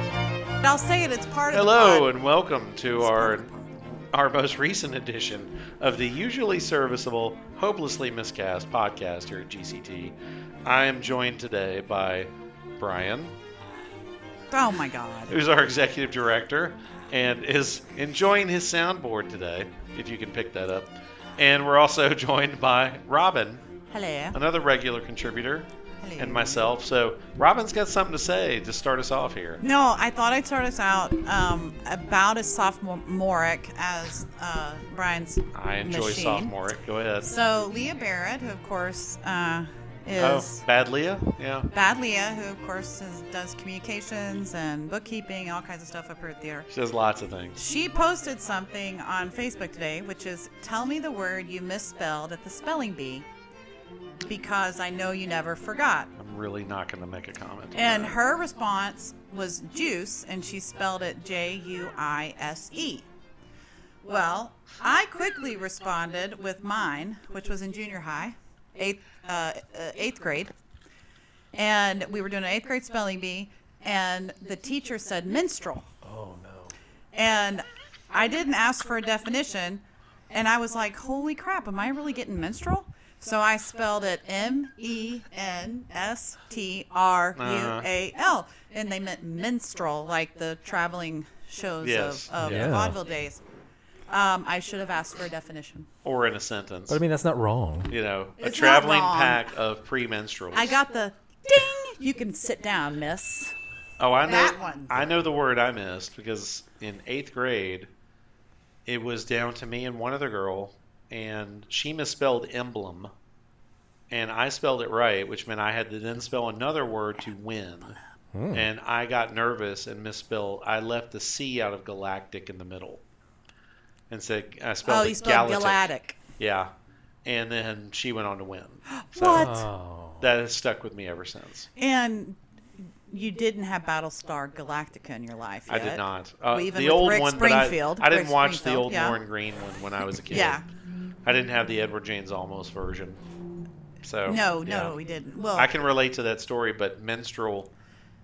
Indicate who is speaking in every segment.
Speaker 1: and I'll say it. It's part of the
Speaker 2: Hello
Speaker 1: pod.
Speaker 2: and welcome to our our most recent edition of the usually serviceable, hopelessly miscast podcast here at GCT. I am joined today by Brian,
Speaker 1: Oh my god.
Speaker 2: who's our executive director and is enjoying his soundboard today, if you can pick that up. And we're also joined by Robin,
Speaker 1: Hello.
Speaker 2: another regular contributor,
Speaker 1: Hello.
Speaker 2: and myself. So Robin's got something to say to start us off here.
Speaker 1: No, I thought I'd start us out um, about as sophomoric as uh, Brian's.
Speaker 2: I enjoy
Speaker 1: machine.
Speaker 2: sophomore. Go ahead.
Speaker 1: So Leah Barrett, who of course uh, is
Speaker 2: Oh, bad Leah? Yeah.
Speaker 1: Bad Leah, who of course is, does communications and bookkeeping, all kinds of stuff up here at theater.
Speaker 2: She does lots of things.
Speaker 1: She posted something on Facebook today, which is tell me the word you misspelled at the spelling bee because I know you never forgot.
Speaker 2: I'm really not going to make a comment. on
Speaker 1: And
Speaker 2: that.
Speaker 1: her response was juice, and she spelled it J U I S E. Well, I quickly responded with mine, which was in junior high, eighth, uh, uh, eighth grade. And we were doing an eighth grade spelling bee, and the teacher said minstrel.
Speaker 2: Oh no.
Speaker 1: And I didn't ask for a definition, and I was like, holy crap, am I really getting minstrel? So I spelled it M E N S T R U A L, and they meant minstrel, like the traveling shows
Speaker 2: Yes.
Speaker 1: of, of
Speaker 3: Yeah.
Speaker 1: vaudeville days. Um, I should have asked for a definition.
Speaker 2: Or in a sentence.
Speaker 3: But I mean, that's not wrong.
Speaker 2: you know, a
Speaker 1: It's not
Speaker 2: traveling
Speaker 1: wrong.
Speaker 2: pack of premenstruals.
Speaker 1: I got the ding. You can sit down, miss.
Speaker 2: Oh, I know.
Speaker 1: that one.
Speaker 2: I know the word I missed because in eighth grade, it was down to me and one other girl, and she misspelled emblem, and I spelled it right, which meant I had to then spell another word to win.
Speaker 3: Hmm.
Speaker 2: And I got nervous and misspelled. I left the C out of galactic in the middle, and said I
Speaker 1: Oh,
Speaker 2: spelled
Speaker 1: you
Speaker 2: it
Speaker 1: spelled
Speaker 2: Galatic.
Speaker 1: Galactic.
Speaker 2: Yeah, and then she went on to win. So
Speaker 1: What?
Speaker 3: Oh.
Speaker 2: That has stuck with me ever since.
Speaker 1: and you didn't have Battlestar Galactica in your life.
Speaker 2: I did
Speaker 1: yet.
Speaker 2: not. Uh,
Speaker 1: Well, even
Speaker 2: the
Speaker 1: with
Speaker 2: old
Speaker 1: Rick
Speaker 2: one, but I,
Speaker 1: Springfield-
Speaker 2: I didn't
Speaker 1: Rick
Speaker 2: watch the
Speaker 1: Springfield,
Speaker 2: old
Speaker 1: yeah.
Speaker 2: Warren Green one when I was a kid.
Speaker 1: Yeah.
Speaker 2: I didn't have the Edward James Almost version. So
Speaker 1: No,
Speaker 2: Oh, yeah.
Speaker 1: no, we didn't. Well,
Speaker 2: I can relate to that story, but menstrual,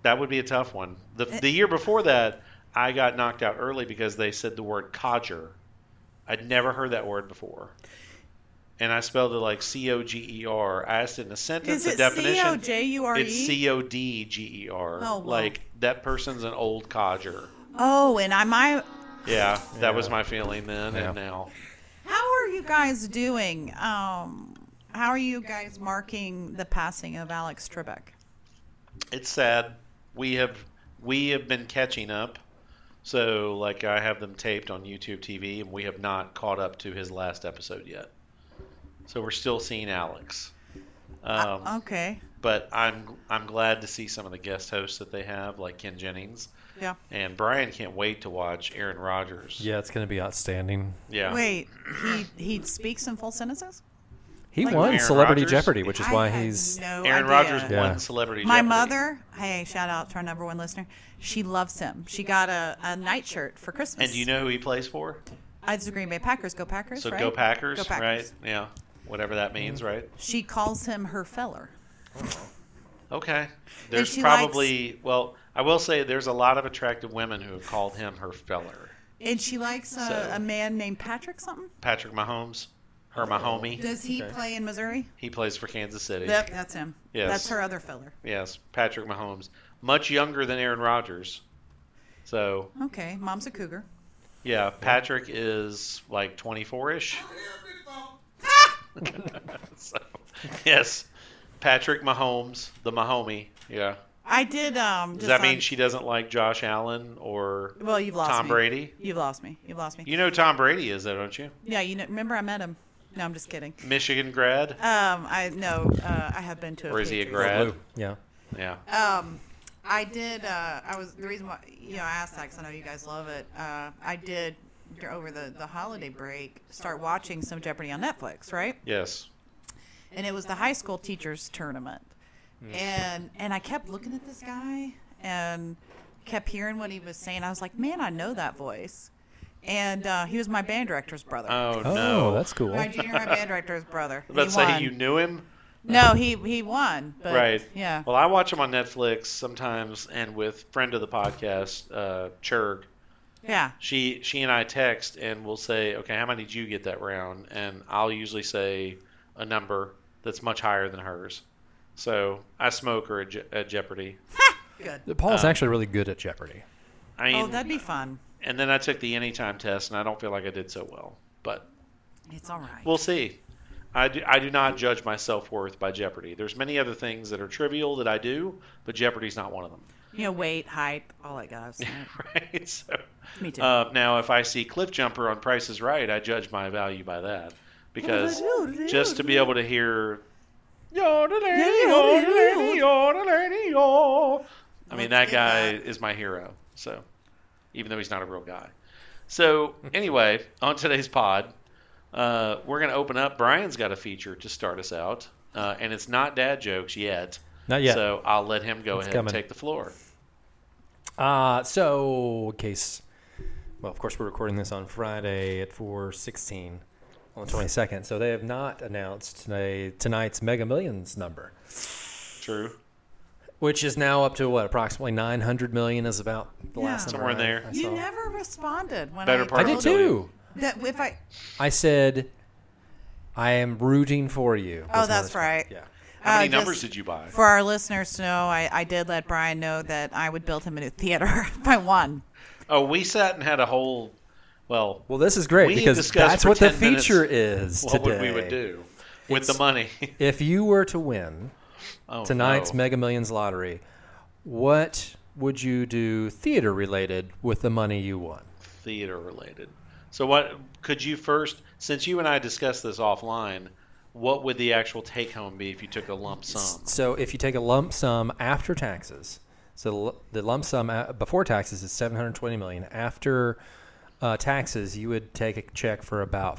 Speaker 2: that would be a tough one. The,
Speaker 1: Eh.
Speaker 2: the year before that, I got knocked out early because they said the word codger. I'd never heard that word before. And I spelled it like C O G E R. I asked it in a sentence,
Speaker 1: Is
Speaker 2: a
Speaker 1: it
Speaker 2: definition.
Speaker 1: C O J U R
Speaker 2: It's
Speaker 1: E?
Speaker 2: C O D G E R.
Speaker 1: Oh, wow.
Speaker 2: Like that person's an old codger.
Speaker 1: Oh, and I my
Speaker 2: Yeah, that
Speaker 3: Yeah.
Speaker 2: was my feeling then
Speaker 3: Yeah.
Speaker 2: and now.
Speaker 1: how are you guys doing? Um, how are you guys marking the passing of Alex Trebek?
Speaker 2: It's sad. We have we have been catching up. So like I have them taped on YouTube TV and we have not caught up to his last episode yet. So we're still seeing Alex. Um,
Speaker 1: Okay.
Speaker 2: but I'm I'm glad to see some of the guest hosts that they have like Ken Jennings
Speaker 1: Yeah.
Speaker 2: and Brian can't wait to watch Aaron Rodgers.
Speaker 3: Yeah, it's going to be outstanding.
Speaker 2: Yeah.
Speaker 1: Wait, he he speaks in full sentences?
Speaker 3: He
Speaker 1: Like
Speaker 3: won
Speaker 2: Aaron
Speaker 3: Celebrity
Speaker 2: Rodgers?
Speaker 3: Jeopardy, which is
Speaker 1: I
Speaker 3: why
Speaker 1: had
Speaker 3: he's.
Speaker 1: no
Speaker 2: Aaron
Speaker 1: idea.
Speaker 2: Rodgers
Speaker 3: Yeah.
Speaker 2: won Celebrity
Speaker 1: My
Speaker 2: Jeopardy.
Speaker 1: mother, hey, shout out to our number one listener. She loves him. She got a, a nightshirt for Christmas.
Speaker 2: And do you know who he plays for?
Speaker 1: I the Green Bay Packers. Go Packers,
Speaker 2: So
Speaker 1: right?
Speaker 2: go, Packers,
Speaker 1: Go Packers.
Speaker 2: right? Yeah, whatever that means,
Speaker 3: Mm-hmm.
Speaker 2: right?
Speaker 1: She calls him her feller.
Speaker 2: Okay. There's
Speaker 1: she likes-
Speaker 2: probably well, I will say there's a lot of attractive women who have called him her feller.
Speaker 1: And she likes a,
Speaker 2: So-
Speaker 1: a man named Patrick something.
Speaker 2: Patrick Mahomes,
Speaker 1: Oh.
Speaker 2: her Mahomie,
Speaker 1: Does he play in Missouri?
Speaker 2: he plays for Kansas City.
Speaker 1: Yep, that's him.
Speaker 2: Yes.
Speaker 1: That's her other feller.
Speaker 2: Yes, Patrick Mahomes, much younger than Aaron Rodgers. So
Speaker 1: Okay, mom's a cougar.
Speaker 2: yeah, Patrick is like 24ish. so, yes, Patrick Mahomes, the Mahomie. Yeah.
Speaker 1: I did. Um, just
Speaker 2: Does that
Speaker 1: on-
Speaker 2: mean she doesn't like Josh Allen or
Speaker 1: Well, you've lost
Speaker 2: Tom
Speaker 1: me.
Speaker 2: Brady?
Speaker 1: You've lost me. You've lost me.
Speaker 2: You know who Tom Brady is, though, don't you?
Speaker 1: yeah, you know, remember I met him. No, I'm just kidding.
Speaker 2: Michigan grad,
Speaker 1: Um, I no, uh, I have been to.
Speaker 2: or is he a
Speaker 1: Patriots-
Speaker 2: grad?
Speaker 3: Yeah.
Speaker 2: Yeah.
Speaker 1: Um, I did. Uh, I was the reason why you know I asked that 'cause I know you guys love it. Uh, I did dur- over the the holiday break start watching some Jeopardy on Netflix, right?
Speaker 2: Yes.
Speaker 1: and it was the high school teachers tournament
Speaker 2: Hmm.
Speaker 1: and and i kept looking at this guy and kept hearing what he was saying i was like man i know that voice and uh, he was my band director's brother
Speaker 2: Oh,
Speaker 3: Oh,
Speaker 2: no.
Speaker 3: that's cool.
Speaker 1: my junior high band director's brother
Speaker 2: I was about
Speaker 1: he
Speaker 2: to say
Speaker 1: won.
Speaker 2: you knew him.
Speaker 1: No, he he won. But,
Speaker 2: Right.
Speaker 1: Yeah.
Speaker 2: Well, I watch them on Netflix sometimes, and with friend of the podcast, uh, Churg,
Speaker 1: Yeah.
Speaker 2: she she and I text, and we'll say, okay, how many did you get that round? And I'll usually say a number that's much higher than hers. So I smoke her at, Je- at Jeopardy.
Speaker 1: Good.
Speaker 3: Paul's actually really good at Jeopardy.
Speaker 2: I mean,
Speaker 1: Oh, that'd be fun.
Speaker 2: and then I took the anytime test, and I don't feel like I did so well, but
Speaker 1: It's all right.
Speaker 2: We'll see. I do, I do not judge my self worth by Jeopardy. There's many other things that are trivial that I do, but Jeopardy's not one of them.
Speaker 1: you know, weight, height, all that goes.
Speaker 2: Right? So,
Speaker 1: Me too.
Speaker 2: uh, now, if I see Cliff Jumper on Price is Right, I judge my value by that because
Speaker 1: Oh,
Speaker 2: just to be able to hear. oh, I mean, that
Speaker 1: Let's get
Speaker 2: guy
Speaker 1: that.
Speaker 2: is my hero. So, even though he's not a real guy. So, anyway, on today's pod, uh, we're going to open up. Brian's got a feature to start us out, uh, and it's not dad jokes yet.
Speaker 3: Not yet.
Speaker 2: So, I'll let him go
Speaker 3: It's
Speaker 2: ahead and
Speaker 3: coming.
Speaker 2: take the floor.
Speaker 3: Uh, so, in case, well, of course, we're recording this on Friday at 4:16 on the 22nd. So they have not announced today tonight's Mega Millions number,
Speaker 2: True.
Speaker 3: which is now up to what approximately 900 million is about the
Speaker 1: Yeah.
Speaker 3: last
Speaker 2: Somewhere
Speaker 3: number
Speaker 2: in
Speaker 3: I-
Speaker 2: there.
Speaker 3: I
Speaker 1: you
Speaker 3: saw.
Speaker 1: never responded when
Speaker 2: Better
Speaker 1: I,
Speaker 2: part
Speaker 3: I
Speaker 2: of
Speaker 3: did
Speaker 1: told
Speaker 2: a million.
Speaker 3: too.
Speaker 1: you that if I
Speaker 3: I said, I am rooting for you.
Speaker 1: Oh,
Speaker 3: was my
Speaker 1: that's
Speaker 3: response.
Speaker 1: right.
Speaker 3: Yeah.
Speaker 1: Uh,
Speaker 2: How many
Speaker 1: just-
Speaker 2: numbers did you buy?
Speaker 1: For our listeners to know, I, I did let Brian know that I would build him a new theater if I won.
Speaker 2: Oh, we sat and had a whole. Well,
Speaker 3: Well, this is great
Speaker 2: We
Speaker 3: because
Speaker 2: discussed
Speaker 3: that's
Speaker 2: for
Speaker 3: what the
Speaker 2: 10 minutes
Speaker 3: feature is
Speaker 2: what
Speaker 3: today.
Speaker 2: would we would do with the
Speaker 3: It's-
Speaker 2: money?
Speaker 3: If you were to win
Speaker 2: Oh,
Speaker 3: tonight's
Speaker 2: no.
Speaker 3: Mega Millions lottery, what would you do theater related with the money you won?
Speaker 2: theater related. So, what could you first? Since you and I discussed this offline, what would the actual take home be if you took a lump sum?
Speaker 3: So if you take a lump sum after taxes, so the lu- the lump sum a- before taxes is 720 million. After uh, taxes, you would take a check for about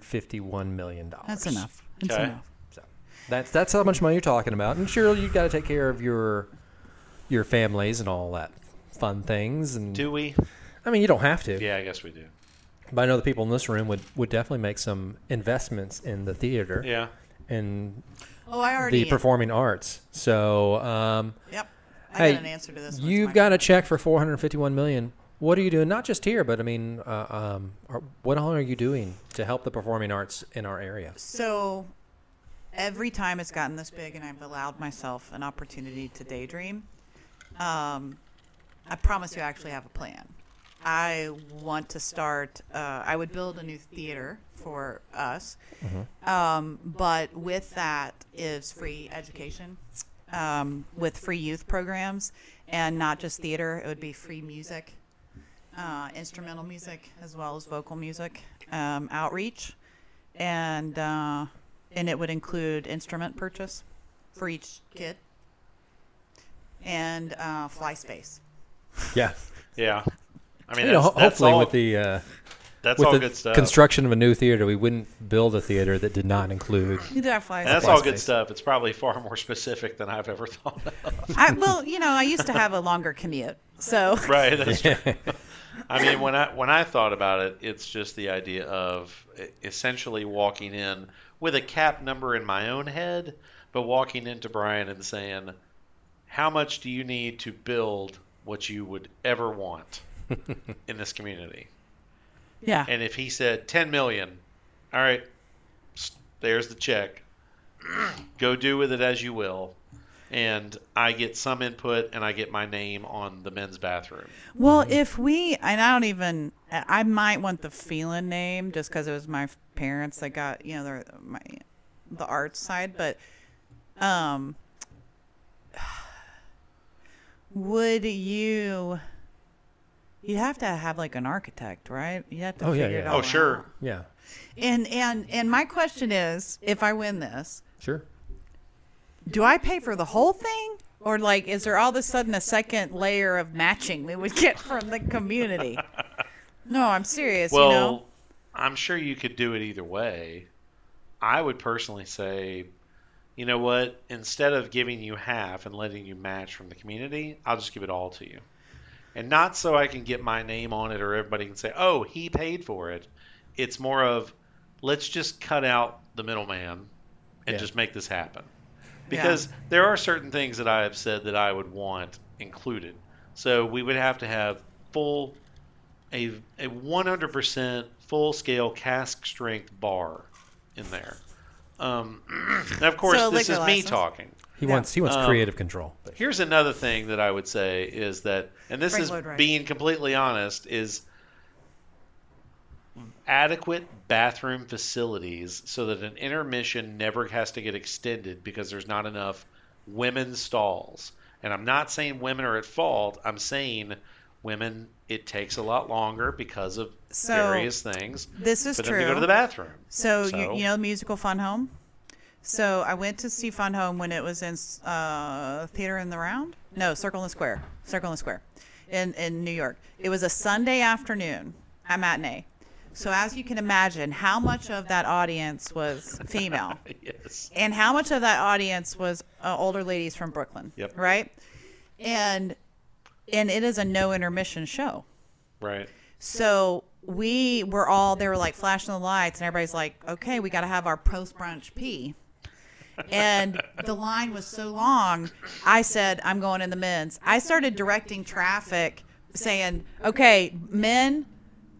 Speaker 3: 451 million dollars.
Speaker 1: That's enough. That's
Speaker 2: Okay.
Speaker 1: enough.
Speaker 3: So that's that's how much money you're talking about. And sure, you've got to take care of your your families and all that fun things. And
Speaker 2: Do we?
Speaker 3: I mean, you don't have to.
Speaker 2: Yeah, I guess we do.
Speaker 3: But I know the people in this room would would definitely make some investments in the theater
Speaker 2: Yeah.
Speaker 3: and
Speaker 1: Oh, I already.
Speaker 3: the performing arts. So um,
Speaker 1: yep. I
Speaker 3: hey,
Speaker 1: got an answer to this. one. It's
Speaker 3: you've
Speaker 1: mine.
Speaker 3: got a check for 451 million. What are you doing? Not just here, but I mean, uh, um, are, what all are you doing to help the performing arts in our area?
Speaker 1: So every time it's gotten this big and I've allowed myself an opportunity to daydream, um, I promise you I actually have a plan. I want to start, uh, I would build a new theater for us. Um, but with that is free education, um, with free youth programs, and not just theater, it would be free music uh, instrumental music as well as vocal music um, outreach, and uh, and it would include instrument purchase for each kid and uh, fly space.
Speaker 3: Yeah,
Speaker 2: Yeah. I mean,
Speaker 3: you know,
Speaker 2: that's,
Speaker 3: ho-
Speaker 2: that's
Speaker 3: hopefully
Speaker 2: all,
Speaker 3: with the uh,
Speaker 2: that's
Speaker 3: with
Speaker 2: all
Speaker 3: the
Speaker 2: good stuff.
Speaker 3: construction of a new theater, we wouldn't build a theater that did not include.
Speaker 1: You did have fly
Speaker 2: And that's
Speaker 1: space.
Speaker 2: all
Speaker 3: Fly
Speaker 2: good
Speaker 3: space.
Speaker 2: stuff. It's probably far more specific than I've ever thought of.
Speaker 1: I, well, you know, I used to have a longer commute, so
Speaker 2: right. That's true. I mean, when I when I thought about it, it's just the idea of e- essentially walking in with a cap number in my own head, but walking into Brian and saying, "How much do you need to build what you would ever want in this community?"
Speaker 1: yeah,
Speaker 2: And if he said 10 million, all right, s- there's the check. Go do with it as you will. And I get some input and I get my name on the men's bathroom.
Speaker 1: Well, if we and I don't even I I might want the Phelan name just because it was my parents that got you know their my the arts side, but um, would you? You'd have to have like an architect, right? You have to.
Speaker 3: Oh, yeah,
Speaker 1: figure it
Speaker 3: yeah.
Speaker 1: all
Speaker 2: Oh, sure.
Speaker 1: out.
Speaker 3: Yeah,
Speaker 1: And and and my question is, if I win this,
Speaker 3: sure.
Speaker 1: do I pay for the whole thing? Or like, is there all of a sudden a second layer of matching we would get from the community? No, I'm serious.
Speaker 2: Well,
Speaker 1: you know,
Speaker 2: I'm sure you could do it either way. I would personally say, you know what? Instead of giving you half and letting you match from the community, I'll just give it all to you. And not so I can get my name on it or everybody can say, oh, he paid for it. It's more of, let's just cut out the middleman and
Speaker 3: Yeah.
Speaker 2: just make this happen. Because there are certain things that I have said that I would want included. So we would have to have full, a, a 100% full scale cask strength bar in there. Um, and of course,
Speaker 1: So a
Speaker 2: this is
Speaker 1: liquor
Speaker 2: me
Speaker 1: license.
Speaker 2: talking.
Speaker 3: He wants he wants
Speaker 2: Um,
Speaker 3: creative control. But
Speaker 2: Here's another thing that I would say is that, and this
Speaker 1: Frank
Speaker 2: is
Speaker 1: Lloyd Wright.
Speaker 2: being completely honest, is adequate bathroom facilities so that an intermission never has to get extended because there's not enough women stalls. And I'm not saying women are at fault. I'm saying women, it takes a lot longer because of
Speaker 1: So,
Speaker 2: various things
Speaker 1: This is
Speaker 2: for them
Speaker 1: true.
Speaker 2: to go to the bathrown.
Speaker 1: So,
Speaker 2: So-
Speaker 1: You, you know the musical Fun Home? So I went to see Fun Home when it was in uh, Theater in the Round? No, Circle in the Square. Circle in the Square in, in New York. It was a Sunday afternoon, a matinee. So as you can imagine, how much of that audience was female?
Speaker 2: Yes.
Speaker 1: and how much of that audience was uh, older ladies from Brooklyn?
Speaker 2: Yep.
Speaker 1: Right? And and it is a no intermission show.
Speaker 2: Right.
Speaker 1: So we were all they were like flashing the lights, and everybody's like, "Okay, we got to have our post brunch pee." And the line was so long. I said, "I'm going in the men's." I started directing traffic, saying, "Okay, men,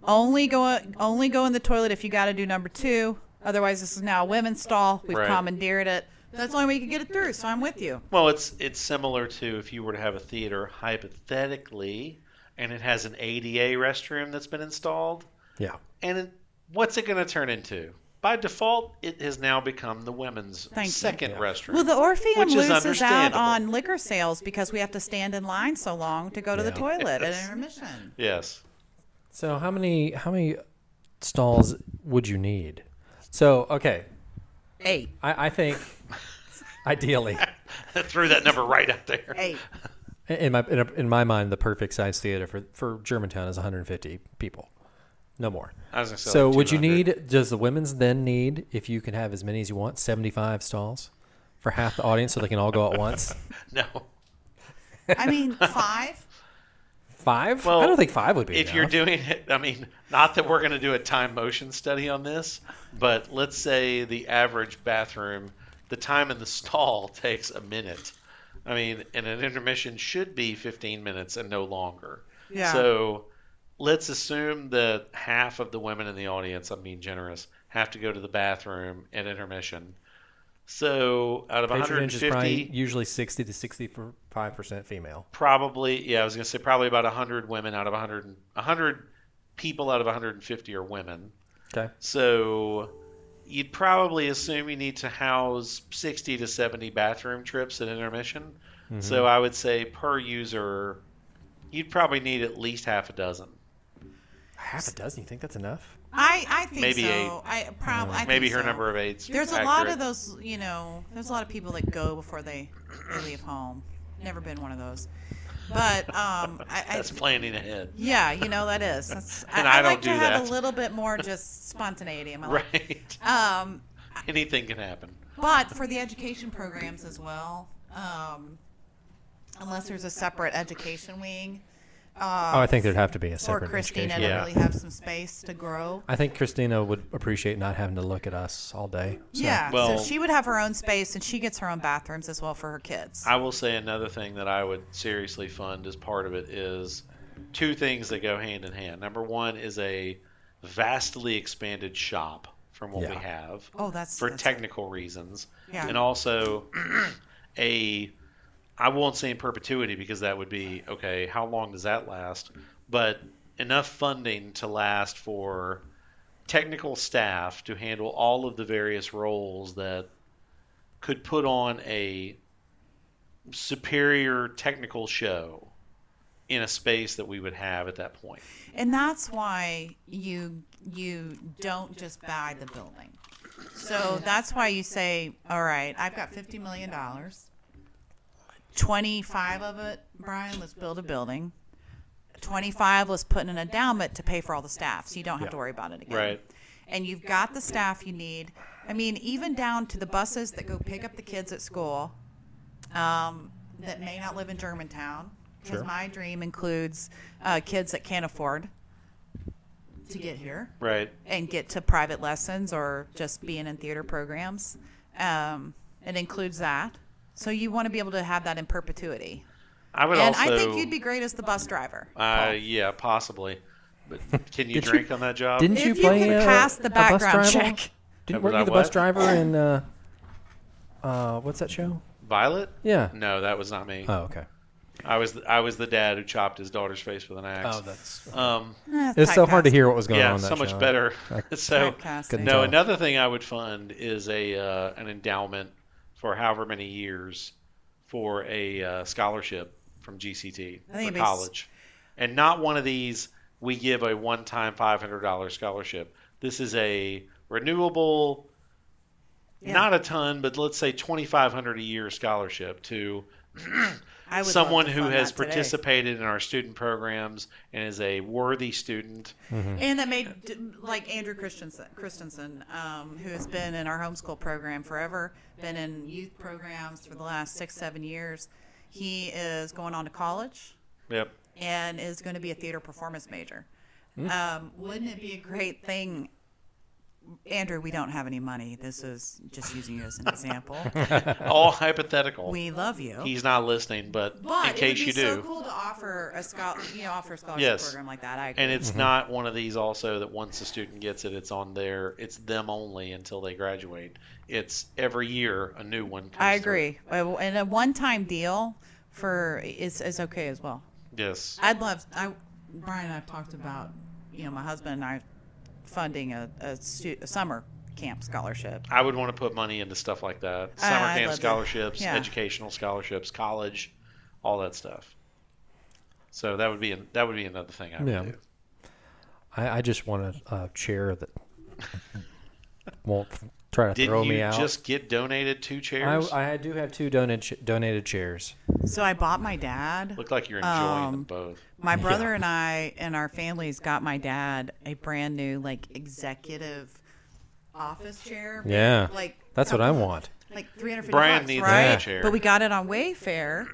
Speaker 1: only go only go in the toilet if you got to do number two. Otherwise, this is now a women's stall. We've
Speaker 2: Right.
Speaker 1: commandeered it. That's the only way you can get it through. So I'm with you."
Speaker 2: Well, it's it's similar to if you were to have a theater hypothetically, and it has an ADA restroom that's been installed,
Speaker 3: yeah.
Speaker 2: and it, what's it going to turn into? By default, it has now become the women's
Speaker 1: Thank you.
Speaker 2: second
Speaker 3: Yeah.
Speaker 2: restroom.
Speaker 1: Well, the Orpheum
Speaker 2: Which is
Speaker 1: loses out
Speaker 2: understandable.
Speaker 1: on liquor sales because we have to stand in line so long to go to the
Speaker 3: Yeah.
Speaker 1: toilet at intermission.
Speaker 2: yes,
Speaker 3: So how many how many stalls would you need? So okay,
Speaker 1: Eight.
Speaker 3: I, I think ideally
Speaker 2: threw that number right out there.
Speaker 1: Eight.
Speaker 3: in my in, a, in my mind the perfect size theater for for Germantown is 150 people, no more.
Speaker 2: I was gonna say
Speaker 3: So
Speaker 2: like
Speaker 3: would you
Speaker 2: 200.
Speaker 3: need? Does the women's then need if you can have as many as you want 75 stalls for half the audience so they can all go at once?
Speaker 2: No.
Speaker 1: I mean, five.
Speaker 3: Five? I
Speaker 2: Well,
Speaker 3: don't think five would be.
Speaker 2: If you're
Speaker 3: enough.
Speaker 2: doing it, I mean, not that we're going to do a time motion study on this, but let's say the average bathroom, the time in the stall takes a minute. I mean, and an intermission should be 15 minutes and no longer.
Speaker 1: Yeah.
Speaker 2: So let's assume that half of the women in the audience, I'm being generous, have to go to the bathroom at intermission. So out of
Speaker 3: patronage is
Speaker 2: 150,
Speaker 3: probably usually 60 to 65 percent female.
Speaker 2: probably yeah i was going to say probably about 100 women out of 100 and- 100 people out of 150 are women
Speaker 3: Okay.
Speaker 2: so you'd probably assume you need to house 60 to 70 bathroom trips at intermission so i would say per user you'd probably need at least half a dozen
Speaker 3: Half a dozen. You think that's enough?
Speaker 1: I, I think
Speaker 2: Maybe
Speaker 1: so.
Speaker 2: eight.
Speaker 1: I probably.
Speaker 2: maybe her number of aids
Speaker 1: There's a lot of
Speaker 2: those.
Speaker 1: those. You know, there's a lot of people that go before they, they leave home. Never been one of those. But um, I, I
Speaker 2: that's planning ahead
Speaker 1: yeah, you know that is. That's,
Speaker 2: And
Speaker 1: I,
Speaker 2: I don't
Speaker 1: like
Speaker 2: do
Speaker 1: to have
Speaker 2: that.
Speaker 1: a little bit more just spontaneity in my life.
Speaker 2: right
Speaker 1: Um,
Speaker 2: anything can happen
Speaker 1: but for the education programs as well, um, unless there's a separate education wing,
Speaker 3: Oh, I think there'd have to be a
Speaker 1: Uh, or
Speaker 3: separate
Speaker 1: Christina
Speaker 3: education.
Speaker 1: to
Speaker 2: Yeah.
Speaker 1: really have some space to grow.
Speaker 3: I think Christina would appreciate not having to look at us all day. So.
Speaker 1: yeah,
Speaker 2: Well-
Speaker 1: so she would have her own space, and she gets her own bathrooms as well for her kids.
Speaker 2: I will say another thing that I would seriously fund as part of it is two things that go hand in hand. Number one is a vastly expanded shop from what we
Speaker 3: Yeah.
Speaker 2: have
Speaker 1: oh, that's
Speaker 2: for
Speaker 1: that's-
Speaker 2: technical reasons,
Speaker 1: Yeah.
Speaker 2: and also a I won't say in perpetuity because that would be okay. How long does that last? But enough funding to last for technical staff to handle all of the various roles that could put on a superior technical show in a space that we would have at that point.
Speaker 1: and that's why you you don't just buy the building. So that's why you say, all right, I've got fifty million dollars. Twenty-five of it, Brian, let's build a building. Twenty-five, let's put in an endowment to pay for all the staff, so you don't have to worry about it again.
Speaker 2: Right.
Speaker 1: And you've got the staff you need. I mean, even down to the buses that go pick up the kids at school, um, that may not live in Germantown. Because
Speaker 3: Sure.
Speaker 1: my dream includes uh, kids that can't afford to get here
Speaker 2: Right.
Speaker 1: and get to private lessons or just being in theater programs. Um, it includes that. So you want to be able to have that in perpetuity.
Speaker 2: I would
Speaker 1: and
Speaker 2: also.
Speaker 1: I think you'd be great as the bus driver.
Speaker 2: Uh,
Speaker 1: Paul.
Speaker 2: yeah, possibly. But can you
Speaker 3: Did you-
Speaker 2: drink on that job?
Speaker 3: Didn't
Speaker 1: If
Speaker 3: you
Speaker 1: you
Speaker 3: play
Speaker 1: can
Speaker 3: uh,
Speaker 1: pass the
Speaker 3: a bus
Speaker 1: background
Speaker 3: driver?
Speaker 1: check.
Speaker 3: Didn't
Speaker 2: Was
Speaker 3: were
Speaker 2: I
Speaker 3: you the bus
Speaker 2: what?
Speaker 3: driver in uh, uh, what's that show?
Speaker 2: Violet?
Speaker 3: Yeah.
Speaker 2: No, that was not me.
Speaker 3: Oh, okay.
Speaker 2: I was I was the dad who chopped his daughter's face with an
Speaker 3: Oh,
Speaker 2: axe.
Speaker 3: that's uh,
Speaker 2: um,
Speaker 1: Eh,
Speaker 3: it's so hard to
Speaker 1: typecasting.
Speaker 3: hear what was going on.
Speaker 2: yeah,
Speaker 3: in that
Speaker 2: so much
Speaker 3: show.
Speaker 2: better. so
Speaker 1: Typecasting.
Speaker 3: Couldn't
Speaker 2: no,
Speaker 3: tell.
Speaker 2: another thing I would fund is a uh, an endowment for however many years for a uh, scholarship from GCT
Speaker 1: I think
Speaker 2: for
Speaker 1: it'd be s-
Speaker 2: college, and not one of these we give a one time five hundred dollar scholarship. This is a renewable,
Speaker 1: Yeah.
Speaker 2: not a ton, but let's say twenty five hundred a year scholarship to
Speaker 1: I would love
Speaker 2: someone
Speaker 1: to
Speaker 2: who
Speaker 1: fund
Speaker 2: has
Speaker 1: that today.
Speaker 2: participated in our student programs and is a worthy student.
Speaker 1: And that made d- like Andrew Christensen, Christensen um, who has been in our homeschool program forever, been in youth programs for the last six, seven years. He is going on to college
Speaker 2: Yep.
Speaker 1: and is going to be a theater performance major. Um, wouldn't it be a great thing? Andrew, we don't have any money. This is just using you as an example.
Speaker 2: All hypothetical.
Speaker 1: we love you.
Speaker 2: He's not listening, but,
Speaker 1: but
Speaker 2: in case
Speaker 1: it would be
Speaker 2: you do.
Speaker 1: so cool to offer a scholar, you know, offer a scholarship
Speaker 2: Yes.
Speaker 1: program like that. I agree.
Speaker 2: And it's
Speaker 3: Mm-hmm.
Speaker 2: not one of these also that once the student gets it, it's on their, it's them only until they graduate. It's every year a new one. Comes
Speaker 1: I
Speaker 2: through.
Speaker 1: agree. Uh, And a one-time deal for is is okay as well.
Speaker 2: Yes.
Speaker 1: I'd love. I Brian and I've talked about you know my husband and I funding a a, stu- a summer camp scholarship.
Speaker 2: I would want to put money into stuff like that. Summer
Speaker 1: I'd
Speaker 2: camp
Speaker 1: love to-
Speaker 2: scholarships,
Speaker 1: yeah.
Speaker 2: educational scholarships, college, all that stuff. So that would be an, that would be another thing I would
Speaker 3: Yeah.
Speaker 2: do.
Speaker 3: I, I just want a, a chair that won't try to
Speaker 2: Didn't
Speaker 3: throw
Speaker 2: you
Speaker 3: me out.
Speaker 2: just get donated two chairs?
Speaker 3: I, I do have two donated ch- donated chairs.
Speaker 1: So I bought my dad.
Speaker 2: Look like you're enjoying them
Speaker 1: Um,
Speaker 2: both.
Speaker 1: My brother and I and our families got my dad a brand new like executive office chair.
Speaker 3: Yeah,
Speaker 1: Like
Speaker 3: that's what I want.
Speaker 1: like 350
Speaker 2: Brian
Speaker 1: bucks,
Speaker 2: needs a
Speaker 1: right?
Speaker 2: new chair.
Speaker 1: But we got it on Wayfair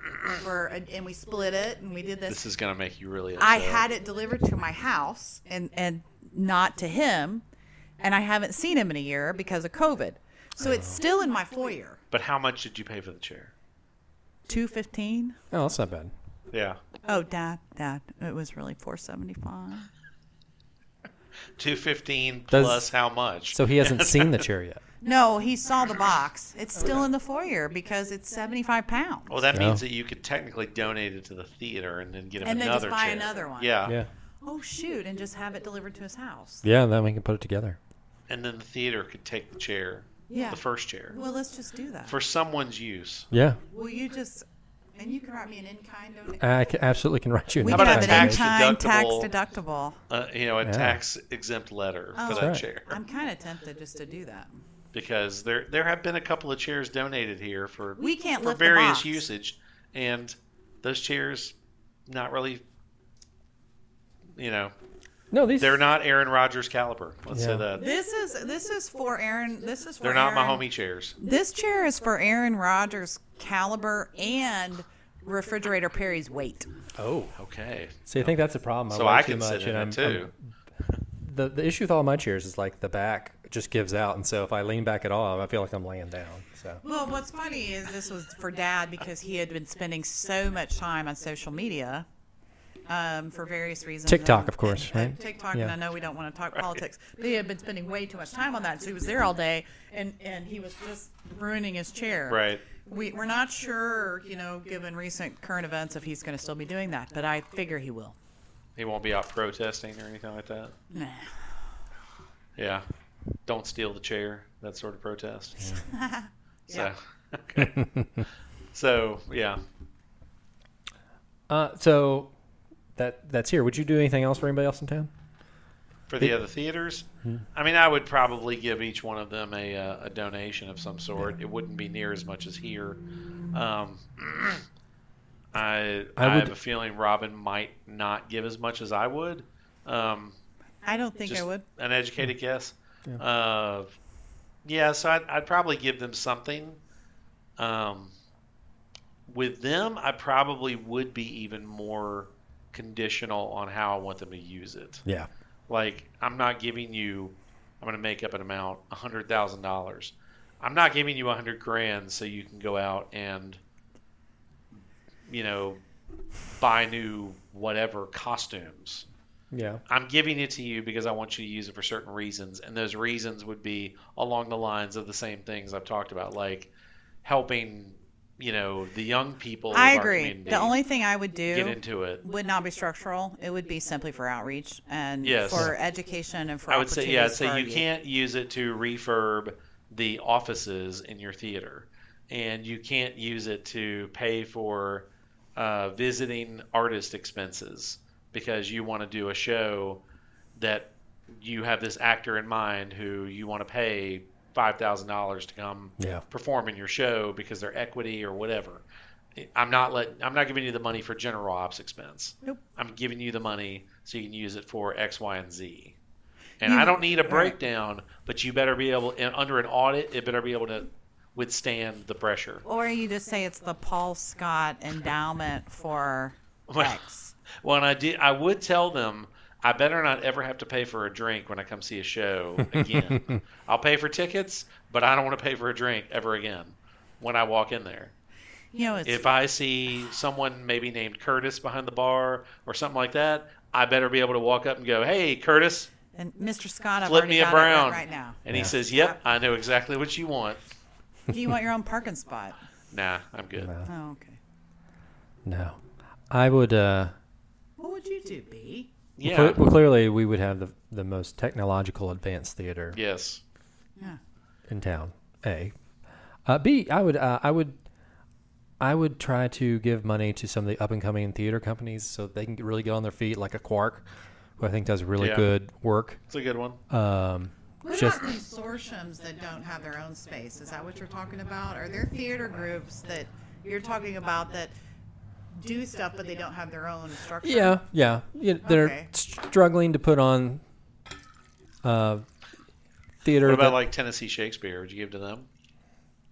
Speaker 1: for and we split it and we did this
Speaker 2: This is gonna make you really. Upset.
Speaker 1: I had it delivered to my house and and not to him, and I haven't seen him in a year because of COVID. So
Speaker 3: Oh.
Speaker 1: it's still in my foyer.
Speaker 2: But how much did you pay for the chair?
Speaker 1: Two fifteen.
Speaker 3: Oh, that's not bad.
Speaker 2: Yeah,
Speaker 1: Oh, dad, dad, it was really four seventy five.
Speaker 2: two fifteen
Speaker 3: Does-
Speaker 2: plus how much?
Speaker 3: So he hasn't seen the chair yet.
Speaker 1: No, he saw the box. It's still in the foyer because it's seventy five pounds.
Speaker 2: well, that
Speaker 3: Yeah.
Speaker 2: means that you could technically donate it to the theater and then get him
Speaker 1: And then just
Speaker 2: another
Speaker 1: buy
Speaker 2: chair.
Speaker 1: another one.
Speaker 2: Yeah.
Speaker 3: Yeah,
Speaker 1: Oh shoot, and just have it delivered to his house.
Speaker 3: yeah. Then we can put it together.
Speaker 2: and then the theater could take the chair,
Speaker 1: Yeah.
Speaker 2: the first chair,
Speaker 1: Well, let's just do that.
Speaker 2: for someone's use.
Speaker 3: Yeah,
Speaker 1: Will you just and you can write me an in kind donation.
Speaker 3: I ca- absolutely can write you.
Speaker 1: we
Speaker 2: How
Speaker 1: can
Speaker 2: about
Speaker 1: have
Speaker 2: a
Speaker 1: an in
Speaker 2: tax
Speaker 1: kind tax deductible.
Speaker 2: deductible- Uh, you know, a
Speaker 3: Yeah.
Speaker 2: tax exempt letter
Speaker 1: Oh.
Speaker 2: for
Speaker 1: That's
Speaker 2: that
Speaker 3: right.
Speaker 2: chair
Speaker 1: I'm kind of tempted just to do that.
Speaker 2: because there there have been a couple of chairs donated here for
Speaker 1: We can't
Speaker 2: for
Speaker 1: lift the
Speaker 2: various
Speaker 1: box.
Speaker 2: usage, and those chairs not really. You know,
Speaker 3: No, these
Speaker 2: they're not Aaron Rodgers caliber. Let's say
Speaker 3: Yeah.
Speaker 2: that.
Speaker 1: This is this is for Aaron. This is for
Speaker 2: They're not my
Speaker 1: Aaron-
Speaker 2: homie chairs.
Speaker 1: This chair is for Aaron Rodgers' caliber and refrigerator Perry's weight.
Speaker 3: Oh,
Speaker 2: Okay.
Speaker 3: see, I think that's a problem.
Speaker 2: So
Speaker 3: weigh
Speaker 2: I
Speaker 3: too
Speaker 2: can sit
Speaker 3: much,
Speaker 2: in
Speaker 3: and
Speaker 2: it
Speaker 3: I'm- I'm-
Speaker 2: too.
Speaker 3: the the issue with all my chairs is like the back just gives out, and so if I lean back at all, I feel like I'm laying down. So
Speaker 1: Well, what's funny is this was for Dad because he had been spending so much time on social media um, for various reasons.
Speaker 3: TikTok,
Speaker 1: And-
Speaker 3: of course,
Speaker 1: and- and
Speaker 3: right?
Speaker 1: TikTok,
Speaker 3: Yeah.
Speaker 1: and I know we don't want to talk politics, but he had been spending way too much time on that, so he was there all day, and and he was just ruining his chair.
Speaker 2: Right.
Speaker 1: We, we're not sure, you know, given recent current events, if he's going to still be doing that, but I figure he will.
Speaker 2: He won't be out protesting or anything like that.
Speaker 1: Nah.
Speaker 2: Yeah. Don't steal the chair. That sort of protest.
Speaker 1: Yeah.
Speaker 2: So, okay. so yeah.
Speaker 3: uh, so that that's here. Would you do anything else for anybody else in town?
Speaker 2: For the other theaters,
Speaker 3: Hmm.
Speaker 2: I mean, I would probably give each one of them a, uh, a donation of some sort. It wouldn't be near as much as here. Um, I, I,
Speaker 3: I would-
Speaker 2: have a feeling Robin might not give as much as I would. Um,
Speaker 1: I don't think I
Speaker 2: Just
Speaker 1: would.
Speaker 2: An educated guess. Yeah. Uh, yeah, so I'd, I'd probably give them something. Um, with them, I probably would be even more conditional on how I want them to use it.
Speaker 3: Yeah.
Speaker 2: Like, I'm not giving you, I'm going to make up an amount, $100,000. I'm not giving you a hundred grand so you can go out and, you know, buy new whatever costumes.
Speaker 3: Yeah.
Speaker 2: I'm giving it to you because I want you to use it for certain reasons, and those reasons would be along the lines of the same things I've talked about, like helping, you know, the young people.
Speaker 1: I
Speaker 2: of our
Speaker 1: agree.
Speaker 2: community
Speaker 1: The only thing I would
Speaker 2: get
Speaker 1: do
Speaker 2: into it.
Speaker 1: would not be structural. It would be simply for outreach and
Speaker 2: Yes.
Speaker 1: for education and for
Speaker 2: I would say, yeah, I'd
Speaker 1: opportunities for
Speaker 2: say
Speaker 1: our
Speaker 2: you
Speaker 1: youth.
Speaker 2: can't use it to refurb the offices in your theater, and you can't use it to pay for uh, visiting artist expenses because you want to do a show that you have this actor in mind who you want to pay five thousand dollars to come
Speaker 3: Yeah.
Speaker 2: perform in your show because they're equity or whatever. I'm not let I'm not giving you the money for general ops expense.
Speaker 1: Nope.
Speaker 2: I'm giving you the money so you can use it for X, Y, and Z. And
Speaker 1: You-
Speaker 2: I don't need a
Speaker 1: right.
Speaker 2: breakdown, but you better be able and under an audit, it better be able to withstand the pressure.
Speaker 1: Or you just say it's the Paul Scott Endowment for
Speaker 2: Well-
Speaker 1: X.
Speaker 2: Well, and I did I would tell them I better not ever have to pay for a drink when I come see a show again. I'll pay for tickets, but I don't want to pay for a drink ever again when I walk in there.
Speaker 1: You know, it's
Speaker 2: if I see someone maybe named Curtis behind the bar or something like that, I better be able to walk up and go, "Hey, Curtis,
Speaker 1: and Mr. Scott. I've
Speaker 2: flip
Speaker 1: already
Speaker 2: me a
Speaker 1: got it right-
Speaker 2: brown."
Speaker 1: right now.
Speaker 2: And he
Speaker 3: Yeah.
Speaker 2: says, "Yep, I know exactly what you want."
Speaker 1: Do you want your own parking spot?
Speaker 2: Nah, I'm good.
Speaker 3: No.
Speaker 1: Oh, okay.
Speaker 3: No. I would. Uh,
Speaker 1: What would you do, B?
Speaker 2: Yeah.
Speaker 3: Cle- well, clearly, we would have the, the most technological advanced theater
Speaker 2: Yes.
Speaker 1: Yeah.
Speaker 3: in town. A, uh, B. I would. Uh, I would. I would try to give money to some of the up and coming theater companies so they can really get on their feet, like a Quark, who I think does really
Speaker 2: Yeah.
Speaker 3: good work.
Speaker 2: It's a good one.
Speaker 3: Um,
Speaker 1: What
Speaker 3: Just-
Speaker 1: about consortiums that don't have their own space? Is that what you're talking about? Are there theater groups that you're talking about that do stuff but they don't have their own structure?
Speaker 3: yeah, yeah. You they're
Speaker 1: Okay.
Speaker 3: struggling to put on uh, theater.
Speaker 2: What
Speaker 3: that-
Speaker 2: about like Tennessee Shakespeare? Would you give to them?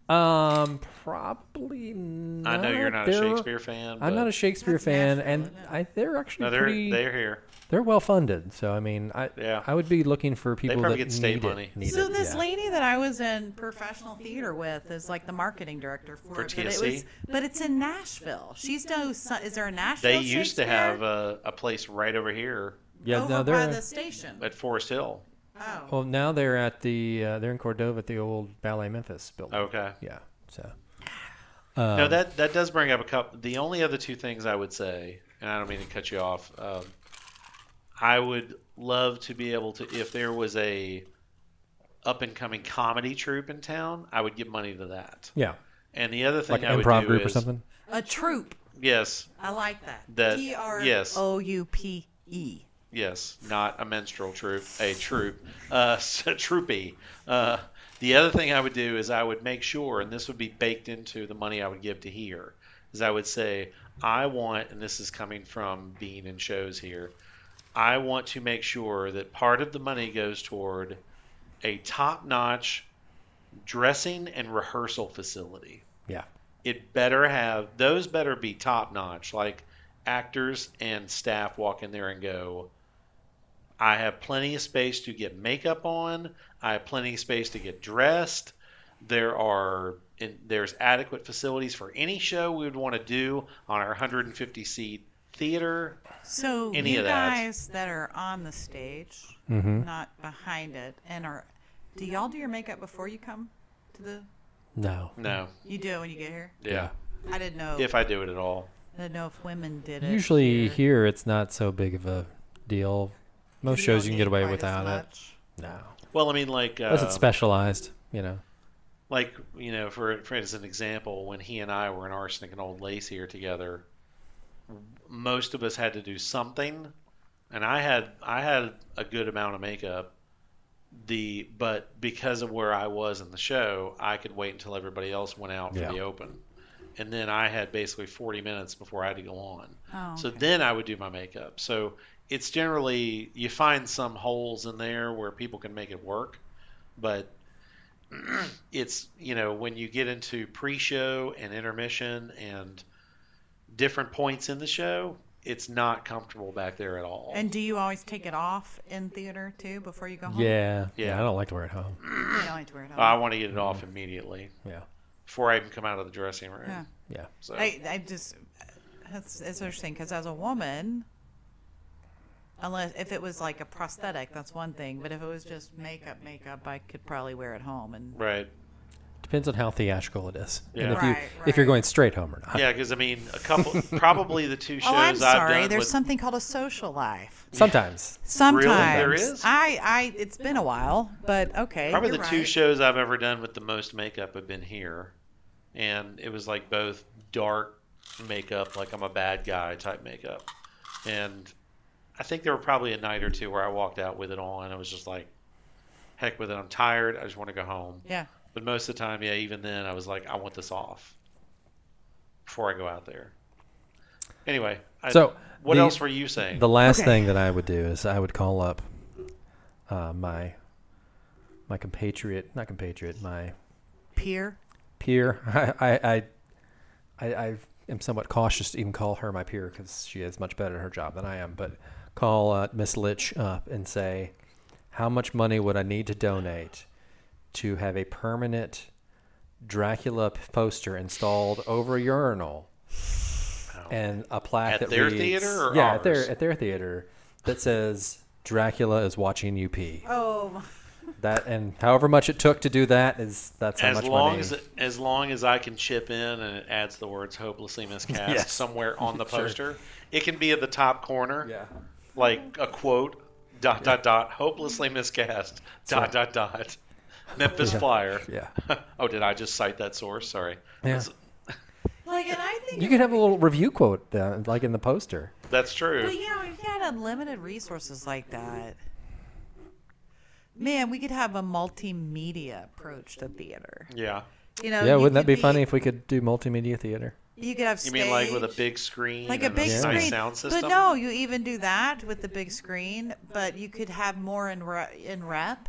Speaker 3: Um, probably not.
Speaker 2: I know you're not a
Speaker 3: They're-
Speaker 2: Shakespeare fan.
Speaker 3: I'm
Speaker 2: but-
Speaker 3: not a Shakespeare
Speaker 1: That's
Speaker 3: fan,
Speaker 1: Nashville,
Speaker 3: and
Speaker 1: isn't it?
Speaker 3: I, they're actually
Speaker 2: No, they're
Speaker 3: pretty. They're,
Speaker 2: they're here.
Speaker 3: well funded, so I mean, I
Speaker 2: Yeah.
Speaker 3: I would be looking for people
Speaker 2: probably
Speaker 3: that
Speaker 2: get state
Speaker 3: need
Speaker 2: money.
Speaker 3: It, need
Speaker 1: So
Speaker 3: it,
Speaker 1: this
Speaker 3: yeah.
Speaker 1: lady that I was in professional theater with is like the marketing director for,
Speaker 2: For
Speaker 1: it, But, it
Speaker 2: TSC?
Speaker 1: was, but it's in Nashville. She's no. su- Is there a Nashville?
Speaker 2: They used to have
Speaker 1: Shakespeare?
Speaker 2: a, a place right over here
Speaker 3: yeah,
Speaker 1: over
Speaker 3: no,
Speaker 1: by
Speaker 3: they're
Speaker 1: the station.
Speaker 2: at Forest Hill.
Speaker 1: oh,
Speaker 3: well now they're at the uh, they're in Cordova at the old Ballet Memphis building.
Speaker 2: Okay.
Speaker 3: Yeah, so
Speaker 2: No, that that does bring up a couple. The only other two things I would say, and I don't mean to cut you off. Um, I would love to be able to, if there was a up and coming comedy troupe in town, I would give money to that.
Speaker 3: yeah,
Speaker 2: And the other thing
Speaker 3: like
Speaker 2: I
Speaker 3: an
Speaker 2: would
Speaker 3: improv
Speaker 2: do
Speaker 3: group
Speaker 2: is,
Speaker 3: or something.
Speaker 1: a troop.
Speaker 2: Yes,
Speaker 1: I like that.
Speaker 2: That-
Speaker 1: T R
Speaker 2: yes.
Speaker 1: O U P E.
Speaker 2: yes, not a menstrual troupe, a troupe, uh, a troopy. Uh, the other thing I would do is I would make sure, and this would be baked into the money I would give to here, is I would say I want, and this is coming from being in shows here, I want to make sure that part of the money goes toward a top-notch dressing and rehearsal facility.
Speaker 3: Yeah,
Speaker 2: it better have those better be top notch like actors and staff walk in there and go i have plenty of space to get makeup on i have plenty of space to get dressed there are and there's adequate facilities for any show we would want to do on our 150 seat theater
Speaker 1: So
Speaker 2: Any
Speaker 1: you
Speaker 2: of that.
Speaker 1: guys that are on the stage,
Speaker 3: Mm-hmm.
Speaker 1: not behind it, and are do y'all do your makeup before you come to the?
Speaker 3: no,
Speaker 2: no
Speaker 1: You do it when you get here.
Speaker 2: yeah,
Speaker 1: I didn't know.
Speaker 2: if i do it at all
Speaker 1: I didn't know if women did it.
Speaker 3: Usually here it's not so big of a deal. Most shows you can get away without it. No,
Speaker 2: well i mean like
Speaker 3: unless
Speaker 2: uh,
Speaker 3: it's specialized, you know.
Speaker 2: like you know for for as an example when he and i were in arsenic and old lace here together most of us had to do something and i had i had a good amount of makeup the but because of where i was in the show i could wait until everybody else went out for
Speaker 3: Yeah.
Speaker 2: the open and then i had basically 40 minutes before i had to go on
Speaker 1: Oh,
Speaker 2: so
Speaker 1: okay.
Speaker 2: then I would do my makeup. So it's generally you find some holes in there where people can make it work, but it's you know when you get into pre-show and intermission and different points in the show, it's not comfortable back there at all.
Speaker 1: And do you always take it off in theater too before you go home?
Speaker 3: Yeah,
Speaker 2: Yeah.
Speaker 3: I don't like to wear it home.
Speaker 1: You don't like to wear it
Speaker 2: I
Speaker 1: off.
Speaker 2: want to get it off immediately
Speaker 3: Yeah,
Speaker 2: before I even come out of the dressing room.
Speaker 1: Yeah.
Speaker 3: yeah.
Speaker 2: So
Speaker 1: I, I just that's it's interesting because as a woman, unless if it was like a prosthetic, that's one thing. But if it was just makeup, makeup, I could probably wear it home and
Speaker 2: right.
Speaker 3: Depends on how theatrical it is,
Speaker 2: Yeah.
Speaker 3: and if you
Speaker 1: Right,
Speaker 3: if you're
Speaker 1: right.
Speaker 3: going straight home or not.
Speaker 2: Yeah, because I mean, a couple, probably the two shows
Speaker 1: Oh, I'm
Speaker 2: have
Speaker 1: sorry.
Speaker 2: done
Speaker 1: There's
Speaker 2: with,
Speaker 1: something called a social life.
Speaker 3: Sometimes
Speaker 1: Sometimes
Speaker 2: There is?
Speaker 1: I, I, it's been a while, but okay.
Speaker 2: probably
Speaker 1: you're
Speaker 2: the two
Speaker 1: right.
Speaker 2: shows I've ever done with the most makeup have been here, and it was like both dark makeup, like I'm a bad guy type makeup, and I think there were probably a night or two where I walked out with it on, and I was just like, "Heck with it, I'm tired. I just want to go home."
Speaker 1: Yeah.
Speaker 2: But most of the time, yeah, even then, I was like, "I want this off before I go out there." Anyway, I,
Speaker 3: So,
Speaker 2: what
Speaker 3: the-
Speaker 2: else were you saying?
Speaker 3: the last
Speaker 1: Okay.
Speaker 3: thing that I would do is I would call up uh, my my compatriot, not compatriot, my
Speaker 1: Peer.
Speaker 3: peer. I I I, I, I am somewhat cautious to even call her my peer because she is much better at her job than I am. But call uh, Miss Litch up and say, how much money would I need to donate to have a permanent Dracula p- poster installed over a urinal
Speaker 2: Oh.
Speaker 3: and a plaque
Speaker 2: At
Speaker 3: that
Speaker 2: their
Speaker 3: reads,
Speaker 2: theater or
Speaker 3: yeah, at
Speaker 2: ours?
Speaker 3: their at their theater that says Dracula is watching you pee.
Speaker 1: Oh, my-
Speaker 3: That and however much it took to do that is that's how
Speaker 2: as
Speaker 3: much
Speaker 2: long
Speaker 3: money.
Speaker 2: as as long as I can chip in and it adds the words hopelessly miscast
Speaker 3: Yes.
Speaker 2: somewhere on the
Speaker 3: Sure.
Speaker 2: poster. It can be at the top corner,
Speaker 3: yeah.
Speaker 2: like a quote, dot dot dot, hopelelessly miscast, dot dot dot, Memphis Flyer.
Speaker 3: Yeah.
Speaker 2: oh, did I just cite that source? Sorry.
Speaker 3: Yeah.
Speaker 2: That's,
Speaker 1: like, and I think
Speaker 3: You could have a little review quote, uh, like in the poster.
Speaker 2: that's
Speaker 1: Well,
Speaker 2: true.
Speaker 1: you know, if you had unlimited resources like that, man, we could have a multimedia approach to theater.
Speaker 2: Yeah.
Speaker 1: You know,
Speaker 3: yeah,
Speaker 1: Oh, you
Speaker 3: wouldn't that
Speaker 1: could
Speaker 3: be, funny if we could do multimedia theater?
Speaker 1: You could have
Speaker 2: You mean like with a
Speaker 1: stage,
Speaker 2: big screen,
Speaker 1: like a
Speaker 2: and
Speaker 1: big
Speaker 2: nice
Speaker 1: screen,
Speaker 2: sound system?
Speaker 1: but no, you even do that with the big screen. But you could have more in re- in rep,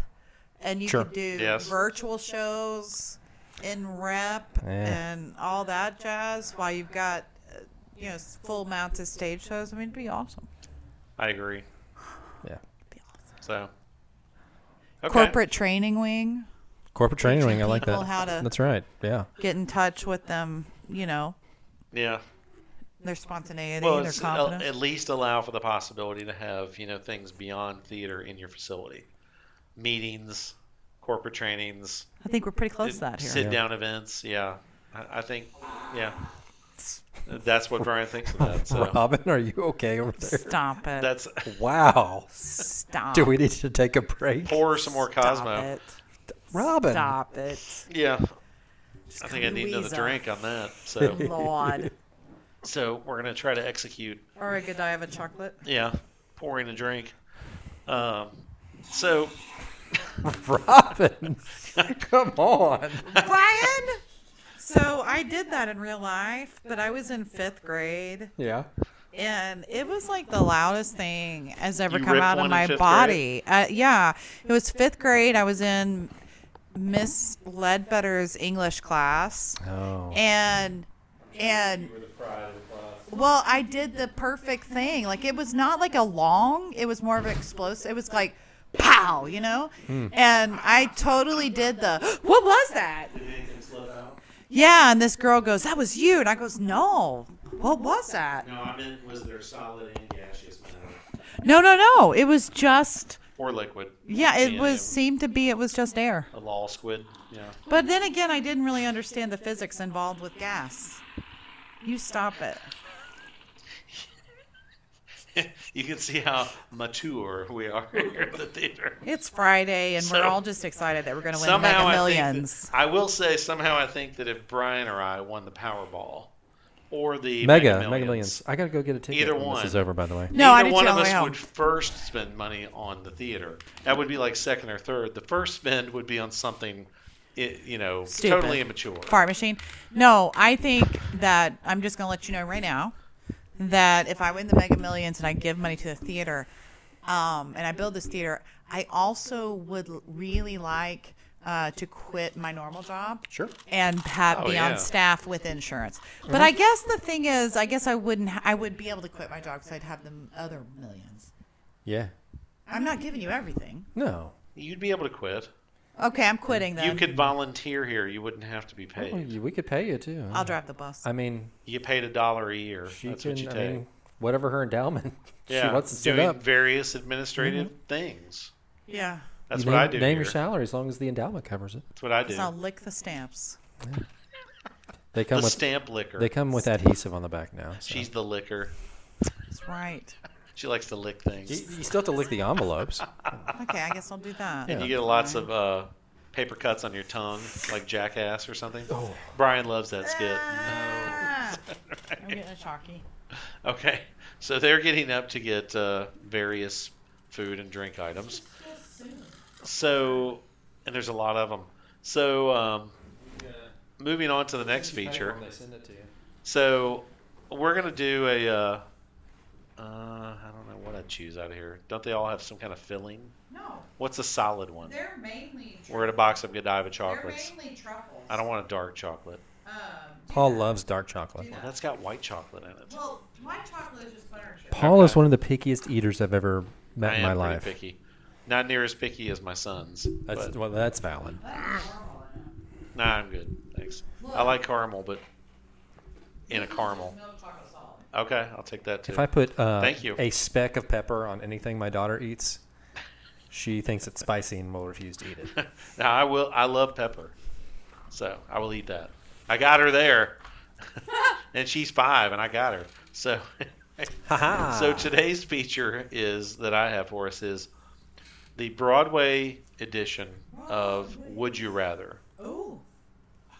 Speaker 1: and you
Speaker 3: Sure.
Speaker 1: could do
Speaker 2: Yes.
Speaker 1: virtual shows in rep
Speaker 3: Yeah.
Speaker 1: and all that jazz. While you've got uh, you know s- full mounts of stage shows, I mean, it'd be awesome.
Speaker 2: I agree.
Speaker 3: Yeah.
Speaker 1: It'd be awesome.
Speaker 2: So. Okay.
Speaker 1: corporate training wing
Speaker 3: Corporate training wing, I like
Speaker 1: people
Speaker 3: that.
Speaker 1: how to-
Speaker 3: That's right. Yeah.
Speaker 1: get in touch with them you know
Speaker 2: Yeah.
Speaker 1: their spontaneity
Speaker 2: Well,
Speaker 1: their
Speaker 2: it's, uh, al-
Speaker 1: confidence
Speaker 2: at least allow for the possibility to have you know things beyond theater in your facility, meetings, corporate trainings,
Speaker 1: i think we're pretty close to that here
Speaker 2: sit down events. Yeah, I, I think, yeah, that's what Brian thinks of that. So
Speaker 3: Robin, are you okay over there?
Speaker 1: stop it
Speaker 2: that's
Speaker 3: Wow.
Speaker 1: stop
Speaker 3: Do we need to take a break?
Speaker 2: pour some more
Speaker 1: stop
Speaker 2: Cosmo.
Speaker 1: it
Speaker 3: Robin.
Speaker 1: stop it
Speaker 2: Yeah,
Speaker 1: Just
Speaker 2: I
Speaker 1: call
Speaker 2: think I
Speaker 1: me
Speaker 2: need another
Speaker 1: Weezer.
Speaker 2: drink on that. So
Speaker 1: lord
Speaker 2: so we're gonna try to execute
Speaker 1: or a godiva chocolate
Speaker 2: Yeah, pouring a drink. Um, so
Speaker 3: Robin. Come on.
Speaker 1: brian so i did that in real life but i was in fifth grade
Speaker 3: Yeah.
Speaker 1: and it was like the loudest thing has ever
Speaker 2: You
Speaker 1: come
Speaker 2: ripped
Speaker 1: out
Speaker 2: one
Speaker 1: of
Speaker 2: in
Speaker 1: my
Speaker 2: fifth
Speaker 1: body. Uh, yeah, it was fifth grade. I was in Miss Ledbetter's English class,
Speaker 3: Oh.
Speaker 1: and and well, I did the perfect thing. Like it was not like a long; it was more of an explosive. It was like pow, you know.
Speaker 2: Hmm.
Speaker 1: And I totally did the. What was that? Yeah, and this girl goes, "That was you," and I goes, "No, what was that?"
Speaker 2: No, I meant was there solid and gaseous matter
Speaker 1: No, no, no. It was just
Speaker 2: or liquid?
Speaker 1: yeah,
Speaker 2: Any
Speaker 1: it
Speaker 2: of
Speaker 1: was
Speaker 2: them.
Speaker 1: seemed to be it was just air.
Speaker 2: a law squid. Yeah.
Speaker 1: But then again, I didn't really understand the physics involved with gas. You stop it.
Speaker 2: you can see how mature we are here at the theater.
Speaker 1: It's Friday and we're
Speaker 2: So-
Speaker 1: all just excited that we're going to win
Speaker 2: Somehow,
Speaker 1: mega
Speaker 2: I, think
Speaker 1: millions.
Speaker 2: that, I will say somehow I think that if Brian or I won the Powerball or the
Speaker 3: Mega,
Speaker 2: Mega
Speaker 3: Mega Millions. I got to go get a ticket.
Speaker 2: Either
Speaker 3: when
Speaker 2: one.
Speaker 3: This is over, by the way.
Speaker 1: No, I
Speaker 2: Neither
Speaker 1: did
Speaker 2: one
Speaker 1: too, on
Speaker 2: of
Speaker 1: the
Speaker 2: us
Speaker 1: way
Speaker 2: would
Speaker 1: home.
Speaker 2: first spend money on the theater. That would be like second or third. The first spend would be on something, i- you know,
Speaker 1: Stupid.
Speaker 2: totally immature.
Speaker 1: Fart machine. No, I think that I'm just going to let you know right now that if I win the mega millions and I give money to the theater um, and I build this theater, I also would l- really like uh, to quit my normal job
Speaker 3: Sure.
Speaker 1: and have
Speaker 2: Oh,
Speaker 1: be on
Speaker 2: yeah.
Speaker 1: staff with insurance. But I guess the thing is, I guess I wouldn't. ha- I would be able to quit my job because I'd have the other millions.
Speaker 3: Yeah.
Speaker 1: I'm not giving you everything.
Speaker 3: No.
Speaker 2: You'd be able to quit.
Speaker 1: Okay, I'm quitting then.
Speaker 2: You could volunteer here. You wouldn't have to be paid.
Speaker 3: Well, you- we could pay you too.
Speaker 1: I'll drive the bus.
Speaker 3: I mean,
Speaker 2: You get paid a dollar a year.
Speaker 3: she
Speaker 2: That's
Speaker 3: can.
Speaker 2: what you
Speaker 3: I
Speaker 2: take.
Speaker 3: mean, whatever her endowment
Speaker 2: yeah,
Speaker 3: she wants to set
Speaker 2: doing
Speaker 3: up. Mm-hmm.
Speaker 2: various administrative things.
Speaker 1: yeah,
Speaker 2: That's
Speaker 3: you
Speaker 2: what
Speaker 3: name,
Speaker 2: I do.
Speaker 3: Name
Speaker 2: here.
Speaker 3: your salary as long as the endowment covers it.
Speaker 2: That's what I do.
Speaker 1: so I'll lick the stamps.
Speaker 3: They come
Speaker 2: The
Speaker 3: with
Speaker 2: stamp liquor.
Speaker 3: they come with adhesive on the back now. so.
Speaker 2: She's the liquor.
Speaker 1: That's right.
Speaker 2: She likes to lick
Speaker 3: you,
Speaker 2: things.
Speaker 3: you still have to lick the envelopes.
Speaker 1: Okay, I guess I'll do that.
Speaker 2: And
Speaker 3: Yeah.
Speaker 2: you get lots of uh, paper cuts on your tongue, like jackass or something.
Speaker 3: Oh.
Speaker 2: Brian loves that skit.
Speaker 1: Ah, I'm getting a chalky.
Speaker 2: Okay, so they're getting up to get uh, various food and drink items. So, and there's a lot of them. So, um, moving on to the next feature. So, we're gonna do a. Uh, uh, I don't know what I choose out of here. Don't they all have some kind of filling?
Speaker 1: No,
Speaker 2: What's a solid one?
Speaker 1: they're mainly.
Speaker 2: We're at a box of Godiva chocolates.
Speaker 1: truffles. Um,
Speaker 2: I don't want a dark chocolate.
Speaker 3: Paul loves dark chocolate.
Speaker 2: Well, that's got white chocolate in it.
Speaker 1: Well, white chocolate is just literature.
Speaker 3: Paul is
Speaker 2: Okay.
Speaker 3: one of the pickiest eaters I've ever met
Speaker 2: I
Speaker 3: in
Speaker 2: am
Speaker 3: my
Speaker 2: pretty
Speaker 3: life.
Speaker 2: picky. Not near as picky as my son's.
Speaker 3: That's
Speaker 2: but-
Speaker 3: well, that's valid.
Speaker 2: Nah, I'm good. Thanks. I like caramel, but in a caramel. Okay, I'll take that too.
Speaker 3: If I put uh,
Speaker 2: Thank you.
Speaker 3: a speck of pepper on anything my daughter eats, she thinks it's spicy and will refuse to eat it.
Speaker 2: now I will. I love pepper, so I will eat that. I got her there, and she's five, and I got her. So,
Speaker 3: ha.
Speaker 2: so today's feature is that I have for us is the Broadway edition of Would You Rather.
Speaker 1: Ooh.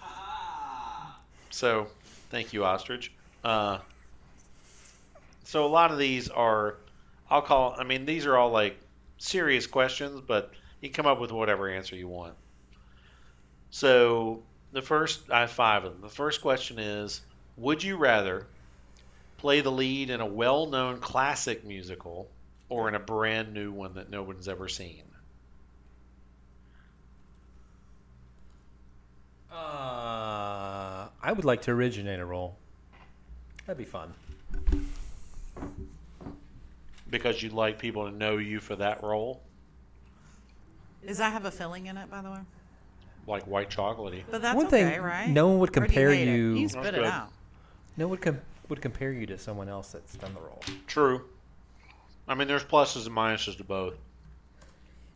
Speaker 1: Ah.
Speaker 2: So, thank you, Ostrich. Uh, so a lot of these are, I'll call. I mean, these are all like serious questions, but you come up with whatever answer you want. So the first, I have five of them. The first question is: Would you rather play the lead in a well-known classic musical or in a brand new one that no one's ever seen?
Speaker 3: Uh, I would like to originate a role. That'd be fun.
Speaker 2: Because you'd like people to know you for that role,
Speaker 1: Does that have a filling in it, by the way?
Speaker 2: like white chocolatey.
Speaker 1: But that's
Speaker 3: One
Speaker 1: okay,
Speaker 3: thing
Speaker 1: right?
Speaker 3: no one would
Speaker 1: Or do
Speaker 3: compare
Speaker 1: hate it?
Speaker 3: you-
Speaker 1: You can
Speaker 2: That's
Speaker 1: spit it
Speaker 2: good.
Speaker 1: out.
Speaker 3: No one com- would compare you to someone else that's done the role.
Speaker 2: True. I mean, there's pluses and minuses to both.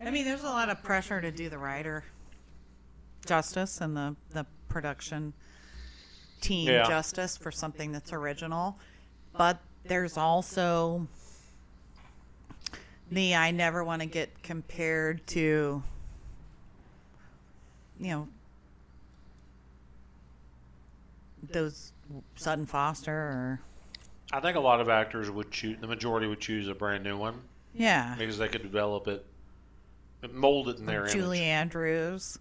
Speaker 1: I mean, there's a lot of pressure to do the writer justice and the, the production team
Speaker 2: Yeah.
Speaker 1: justice for something that's original. But there's also the I never want to get compared to, you know, those Sutton Foster or.
Speaker 2: I think a lot of actors would choose, the majority would choose a brand new one
Speaker 1: Yeah.
Speaker 2: because they could develop it, mold it in their
Speaker 1: Julie
Speaker 2: image.
Speaker 1: Andrews.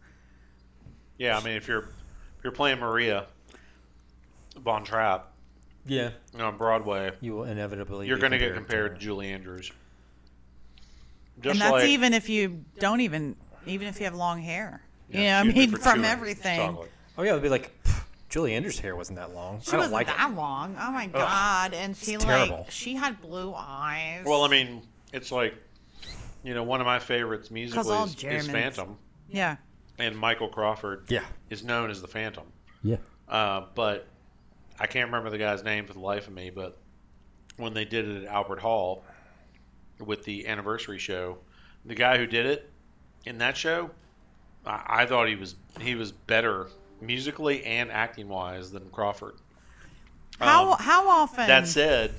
Speaker 2: Yeah, I mean, if you're if you're playing Maria Von Trapp
Speaker 3: Yeah,
Speaker 2: you know, on Broadway,
Speaker 3: you will inevitably.
Speaker 2: you're
Speaker 3: be
Speaker 2: going to get compared to
Speaker 3: her.
Speaker 2: Julie Andrews. Just
Speaker 1: And that's
Speaker 2: like
Speaker 1: even if you don't even, even if you have long hair. You know,
Speaker 2: Yeah,
Speaker 1: what I
Speaker 2: she's
Speaker 1: mean,
Speaker 2: different
Speaker 1: from
Speaker 2: too.
Speaker 1: everything.
Speaker 2: Chocolate.
Speaker 3: Oh yeah, they'd be like, "Pff, Julie Andrews' hair wasn't that long.
Speaker 1: She
Speaker 3: I don't
Speaker 1: wasn't
Speaker 3: like it.
Speaker 1: that long. Oh my god! And she like
Speaker 3: terrible.
Speaker 1: she had blue eyes.
Speaker 2: Well, I mean, it's like you know, one of my favorites musically
Speaker 1: all
Speaker 2: is, is
Speaker 1: Germans-
Speaker 2: Phantom,
Speaker 1: yeah,
Speaker 2: and Michael Crawford
Speaker 3: Yeah,
Speaker 2: is known as the Phantom.
Speaker 3: yeah.
Speaker 2: Uh, but I can't remember the guy's name for the life of me. But when they did it at Albert Hall with the anniversary show, the guy who did it in that show, I, I thought he was he was better musically and acting wise than Crawford.
Speaker 1: how
Speaker 2: Um,
Speaker 1: how often?
Speaker 2: that said,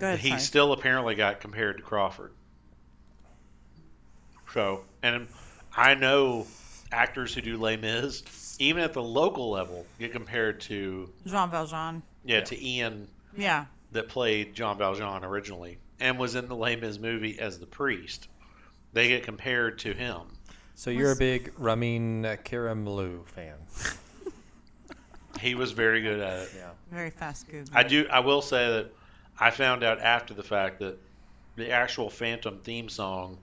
Speaker 1: Go ahead,
Speaker 2: he
Speaker 1: sorry.
Speaker 2: still apparently got compared to Crawford. So, and I know actors who do Les Mis, even at the local level, get compared to
Speaker 1: Jean Valjean.
Speaker 2: yeah, to Ian
Speaker 1: Yeah,
Speaker 2: that played John Valjean originally and was in the Les Mis movie as the priest. They get compared to him.
Speaker 3: So you're a big Ramin Karimloo fan.
Speaker 2: He was very good at it.
Speaker 3: Yeah.
Speaker 1: very fast Google.
Speaker 2: I do. I will say that I found out after the fact that the actual Phantom theme song,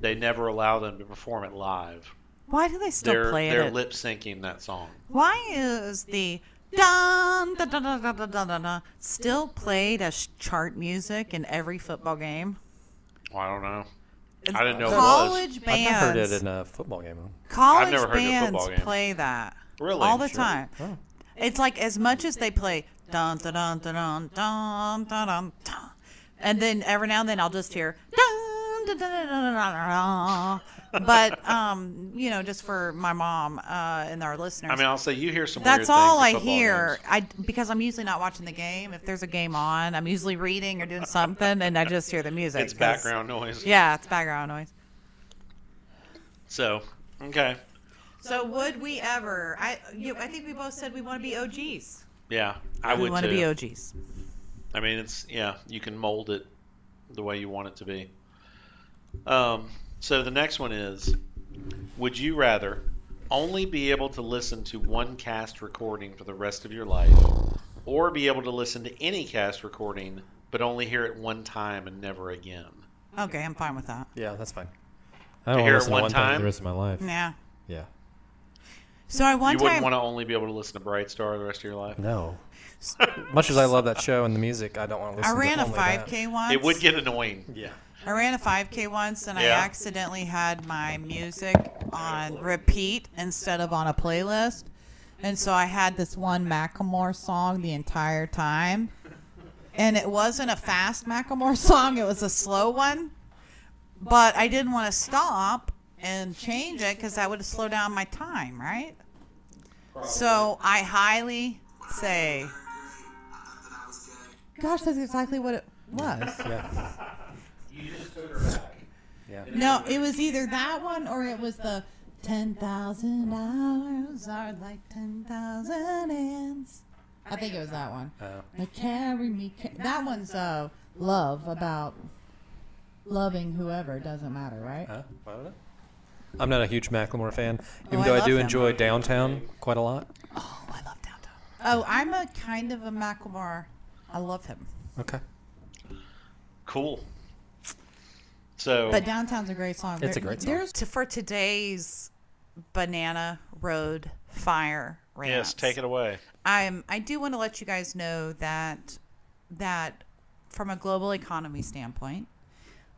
Speaker 2: they never allow them to perform it live.
Speaker 1: Why do they still
Speaker 2: they're
Speaker 1: play it?
Speaker 2: they're
Speaker 1: at-
Speaker 2: lip syncing that song.
Speaker 1: Why is the dun, dun, dun, dun, dun, dun, dun, dun, dun, still played as chart music in every football game?
Speaker 2: Well, I don't know. I didn't know it was.
Speaker 1: college
Speaker 3: I've
Speaker 1: bands.
Speaker 3: not heard it in a football game.
Speaker 1: college
Speaker 2: I've never heard it in a
Speaker 1: bands
Speaker 2: football game.
Speaker 1: play that
Speaker 2: Really?
Speaker 1: all the
Speaker 2: Sure.
Speaker 1: time.
Speaker 3: Oh.
Speaker 1: It's like as much as they play dun dun dun dun dun dun dun dun, dun, and then every now and then I'll just hear dun dun dun dun dun, dun, dun, dun. But um, you know, just for my mom uh, and our listeners.
Speaker 2: I mean, I'll say you hear some. weird
Speaker 1: That's all
Speaker 2: things
Speaker 1: I
Speaker 2: in football
Speaker 1: hear.
Speaker 2: games.
Speaker 1: I because I'm usually not watching the game. If there's a game on, I'm usually reading or doing something, and I just hear the music.
Speaker 2: It's
Speaker 1: 'cause-
Speaker 2: background noise.
Speaker 1: Yeah, it's background noise.
Speaker 2: So okay,
Speaker 1: So would we ever? I you, I think we both said we want to be OGs.
Speaker 2: yeah, I
Speaker 1: we
Speaker 2: would
Speaker 1: want
Speaker 2: too.
Speaker 1: to be OGs.
Speaker 2: I mean, it's yeah, you can mold it the way you want it to be. Um, so the next one is: Would you rather only be able to listen to one cast recording for the rest of your life, or be able to listen to any cast recording but only hear it one time and never again?
Speaker 1: Okay, I'm fine with that.
Speaker 3: Yeah, that's fine. I don't
Speaker 2: hear
Speaker 3: want
Speaker 2: it
Speaker 3: to listen
Speaker 2: one
Speaker 3: to one time
Speaker 2: time?
Speaker 3: the rest of my life.
Speaker 1: Yeah.
Speaker 3: Yeah.
Speaker 1: So I one
Speaker 2: you
Speaker 1: time
Speaker 2: wouldn't want to only be able to listen to Bright Star the rest of your life.
Speaker 3: No. Much as I love that show and the music, I don't want to
Speaker 1: I
Speaker 3: listen.
Speaker 1: ran
Speaker 3: to
Speaker 1: a
Speaker 3: only
Speaker 1: 5K once.
Speaker 2: It would get annoying.
Speaker 3: That. Yeah.
Speaker 1: I ran a 5K once, and I
Speaker 2: Yeah.
Speaker 1: accidentally had my music on repeat instead of on a playlist, and so I had this one Macklemore song the entire time, and it wasn't a fast Macklemore song; it was a slow one. But I didn't want to stop and change it because that would slow down my time, right? So I highly say, "Gosh, that's exactly what it was."
Speaker 3: Yeah. Yeah.
Speaker 1: No, it was either that one or it was the 10,000 hours are like 10,000 ants. I think it was that one.
Speaker 3: Oh.
Speaker 1: Now carry me. ca- That one's uh, love about loving whoever. Doesn't matter, right?
Speaker 3: Huh? I don't know. I'm not a huge Macklemore fan, even
Speaker 1: Oh, I
Speaker 3: though I,
Speaker 1: love
Speaker 3: do
Speaker 1: them.
Speaker 3: enjoy Downtown quite a lot.
Speaker 1: Oh, I love Downtown. Oh, I'm a kind of a Macklemore. I love him.
Speaker 3: Okay.
Speaker 2: Cool. So
Speaker 1: But Downtown's a great song.
Speaker 3: It's a great song.
Speaker 1: There's to, for today's Banana Road Fire Rant.
Speaker 2: yes, take it away.
Speaker 1: I'm I do want to let you guys know that that from a global economy standpoint,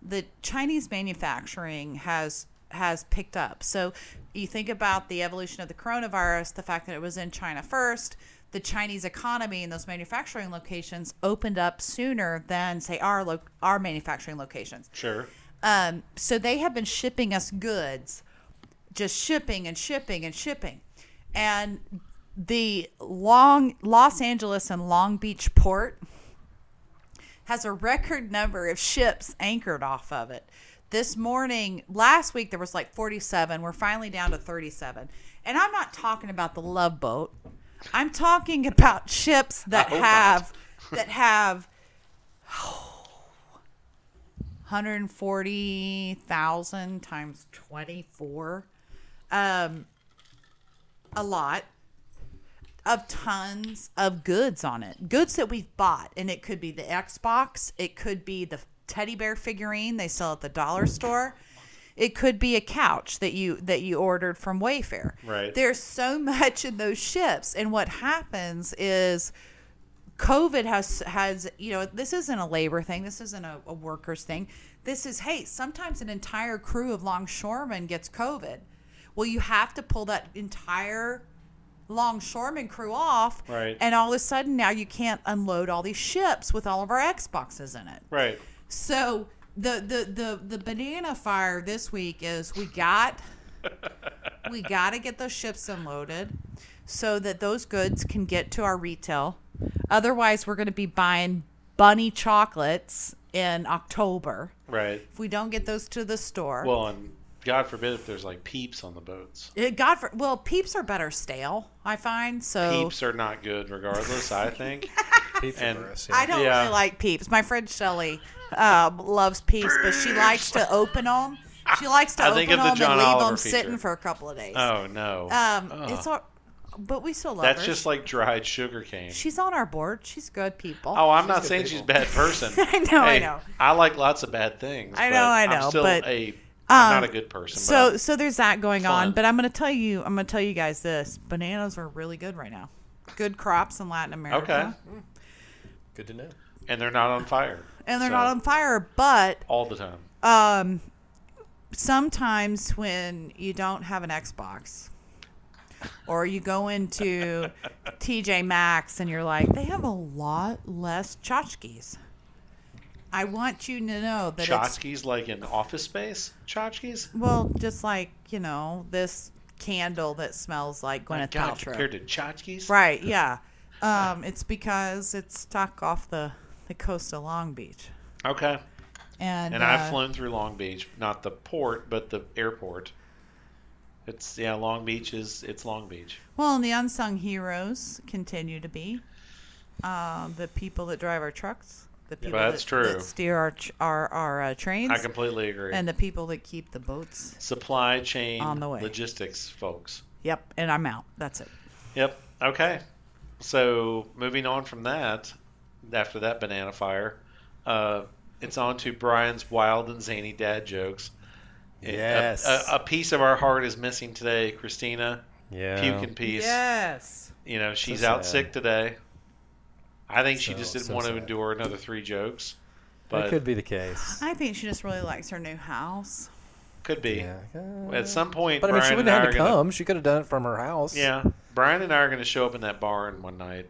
Speaker 1: the Chinese manufacturing has has picked up. So you think about the evolution of the coronavirus, the fact that it was in China first, the Chinese economy and those manufacturing locations opened up sooner than say our lo- our manufacturing locations.
Speaker 2: Sure.
Speaker 1: Um, so they have been shipping us goods, just shipping and shipping and shipping. And the long Los Angeles and Long Beach port has a record number of ships anchored off of it. This morning, last week there was like 47. We're finally down to 37. And I'm not talking about the love boat. I'm talking about ships that
Speaker 2: hope not.
Speaker 1: have that have 140,000 times 24 um a lot of tons of goods on it. Goods that we've bought and it could be the Xbox, it could be the teddy bear figurine they sell at the dollar store. It could be a couch that you that you ordered from Wayfair.
Speaker 2: Right.
Speaker 1: There's so much in those ships and what happens is COVID has has you know this isn't a labor thing. This isn't a, a workers thing. This is hey sometimes an entire crew of longshoremen gets COVID. Well, you have to pull that entire longshoreman crew off,
Speaker 2: Right.
Speaker 1: and all of a sudden now you can't unload all these ships with all of our Xboxes in it.
Speaker 2: Right.
Speaker 1: So the the the the banana fire this week is we got we got to get those ships unloaded so that those goods can get to our retail. Otherwise, we're going to be buying bunny chocolates in October
Speaker 2: Right.
Speaker 1: if we don't get those to the store.
Speaker 2: Well, and God forbid if there's like peeps on the boats.
Speaker 1: Eh, God, for, well, peeps are better stale, I find. So
Speaker 2: Peeps are not good, regardless. I think. And-
Speaker 1: I don't
Speaker 2: Yeah.
Speaker 1: really like peeps. My friend Shelly um, loves peeps, but she likes to open them. She likes to
Speaker 2: I
Speaker 1: open
Speaker 2: think
Speaker 1: them
Speaker 2: of the
Speaker 1: and leave
Speaker 2: John Oliver
Speaker 1: them
Speaker 2: feature.
Speaker 1: sitting for a couple of days.
Speaker 2: Oh no.
Speaker 1: um,
Speaker 2: Ugh.
Speaker 1: it's all, but we still love
Speaker 2: That's
Speaker 1: her.
Speaker 2: just like dried sugar cane.
Speaker 1: She's on our board. She's good people.
Speaker 2: Oh, I'm not saying she's a bad person.
Speaker 1: I know, I
Speaker 2: Hey,
Speaker 1: know.
Speaker 2: I like lots of bad things.
Speaker 1: I
Speaker 2: but
Speaker 1: know, I know,
Speaker 2: I'm still
Speaker 1: but- um,
Speaker 2: a I'm not a good person. but
Speaker 1: So
Speaker 2: I'm-
Speaker 1: so there's that going on,
Speaker 2: Fun.
Speaker 1: but I'm going to tell you I'm going to tell you guys this. Bananas are really good right now. Good crops in Latin
Speaker 2: okay,
Speaker 1: America.
Speaker 3: Good to know.
Speaker 2: and they're not on fire.
Speaker 1: And they're
Speaker 2: So,
Speaker 1: not on fire, but
Speaker 2: all the time.
Speaker 1: um sometimes when you don't have an Xbox or you go into TJ Maxx and you're like, they have a lot less tchotchkes. I want you to know that it's
Speaker 2: Tchotchkes like in Office Space. Tchotchkes.
Speaker 1: well, just like, you know, this candle that smells like
Speaker 2: My
Speaker 1: Gwyneth
Speaker 2: God,
Speaker 1: Paltrow.
Speaker 2: compared to tchotchkes.
Speaker 1: Right, yeah. Um, it's because it's stuck off the, the coast of Long Beach.
Speaker 2: Okay.
Speaker 1: And,
Speaker 2: And
Speaker 1: uh,
Speaker 2: I've flown through Long Beach, not the port, but the airport. It's yeah, Long Beach is it's Long Beach.
Speaker 1: well, and the unsung heroes continue to be um, the people that drive our trucks, the people
Speaker 2: That's
Speaker 1: that,
Speaker 2: true.
Speaker 1: that steer our tr- our, our uh, trains,
Speaker 2: I completely agree.
Speaker 1: and the people that keep the boats.
Speaker 2: Supply chain
Speaker 1: On the way.
Speaker 2: logistics folks.
Speaker 1: Yep, and I'm out. That's it.
Speaker 2: Yep. Okay. So moving on from that, after that banana fire, uh, it's on to Brian's wild and zany dad jokes. A- a-
Speaker 3: Yes.
Speaker 2: A, a piece of our heart is missing today, Christina.
Speaker 3: Yeah.
Speaker 2: Puke in peace.
Speaker 1: Yes.
Speaker 2: You know, she's
Speaker 3: So
Speaker 2: out
Speaker 3: sad.
Speaker 2: sick today. I think she
Speaker 3: So-
Speaker 2: just didn't
Speaker 3: so
Speaker 2: want
Speaker 3: sad.
Speaker 2: to endure another three jokes. But
Speaker 3: That
Speaker 2: could
Speaker 3: could
Speaker 2: be.
Speaker 3: be the case.
Speaker 1: I think she just really likes her new house.
Speaker 3: Yeah.
Speaker 2: At some point,
Speaker 3: But I mean,
Speaker 2: Brian
Speaker 3: she
Speaker 2: and
Speaker 3: wouldn't
Speaker 2: I
Speaker 3: have had to
Speaker 2: are gonna-
Speaker 3: come. She could have done it from her house.
Speaker 2: Yeah. Brian and I are going to show up in that barn one night,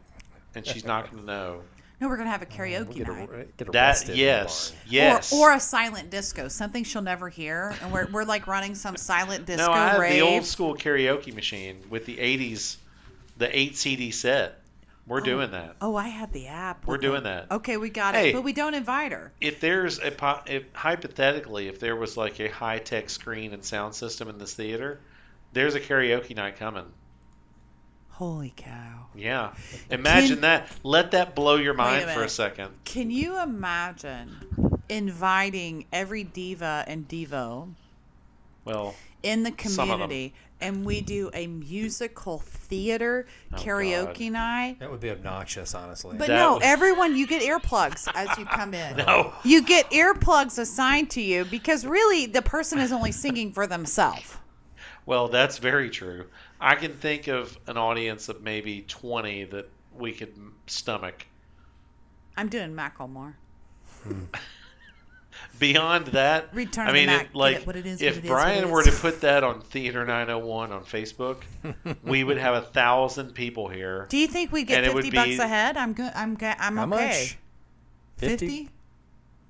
Speaker 2: and she's not going to know.
Speaker 1: No, we're gonna have a karaoke
Speaker 3: Oh, We'll get,
Speaker 1: night.
Speaker 3: ar- get
Speaker 2: That
Speaker 3: arrested. in the
Speaker 2: yes,
Speaker 3: barn.
Speaker 2: yes.
Speaker 1: Or, or a silent disco, something she'll never hear, and we're, we're like running some silent disco
Speaker 2: no, I have
Speaker 1: rave.
Speaker 2: the old school karaoke machine with the '80s, the eight CD set. We're doing that.
Speaker 1: Oh, I had the app.
Speaker 2: We're
Speaker 1: with it.
Speaker 2: doing that.
Speaker 1: Okay, we got
Speaker 2: Hey.
Speaker 1: it, but we don't invite her.
Speaker 2: If there's a po- if, hypothetically, if there was like a high tech screen and sound system in this theater, there's a karaoke night coming.
Speaker 1: Holy cow!
Speaker 2: Yeah, imagine
Speaker 1: Can-
Speaker 2: that. Let that blow your mind for a
Speaker 1: minute.
Speaker 2: second.
Speaker 1: Can you imagine inviting every diva and devo
Speaker 2: Well,
Speaker 1: in the
Speaker 2: Some of them.
Speaker 1: community, and we do a musical theater karaoke night?
Speaker 3: That would be obnoxious, honestly.
Speaker 1: But
Speaker 2: Oh, That
Speaker 1: no,
Speaker 2: would-
Speaker 1: everyone, you get earplugs as you come in.
Speaker 2: no,
Speaker 1: You get earplugs assigned to you because really the person is only singing for themselves.
Speaker 2: Well, that's very true. I can think of an audience of maybe 20 that we could m- stomach.
Speaker 1: I'm doing Macklemore.
Speaker 2: Beyond that,
Speaker 1: Return to
Speaker 2: I
Speaker 1: the
Speaker 2: mean,
Speaker 1: Mac,
Speaker 2: it-
Speaker 1: get
Speaker 2: like
Speaker 1: it, what it is,
Speaker 2: if
Speaker 1: what it is, what
Speaker 2: Brian
Speaker 1: it
Speaker 2: were to
Speaker 1: is.
Speaker 2: put that on Theater 901 on Facebook, we would have a thousand people here.
Speaker 1: Do you think we get
Speaker 2: And it would
Speaker 1: fifty bucks
Speaker 2: be-
Speaker 1: a head? I'm good. I'm good. I'm
Speaker 3: How
Speaker 1: okay.
Speaker 3: much? 50?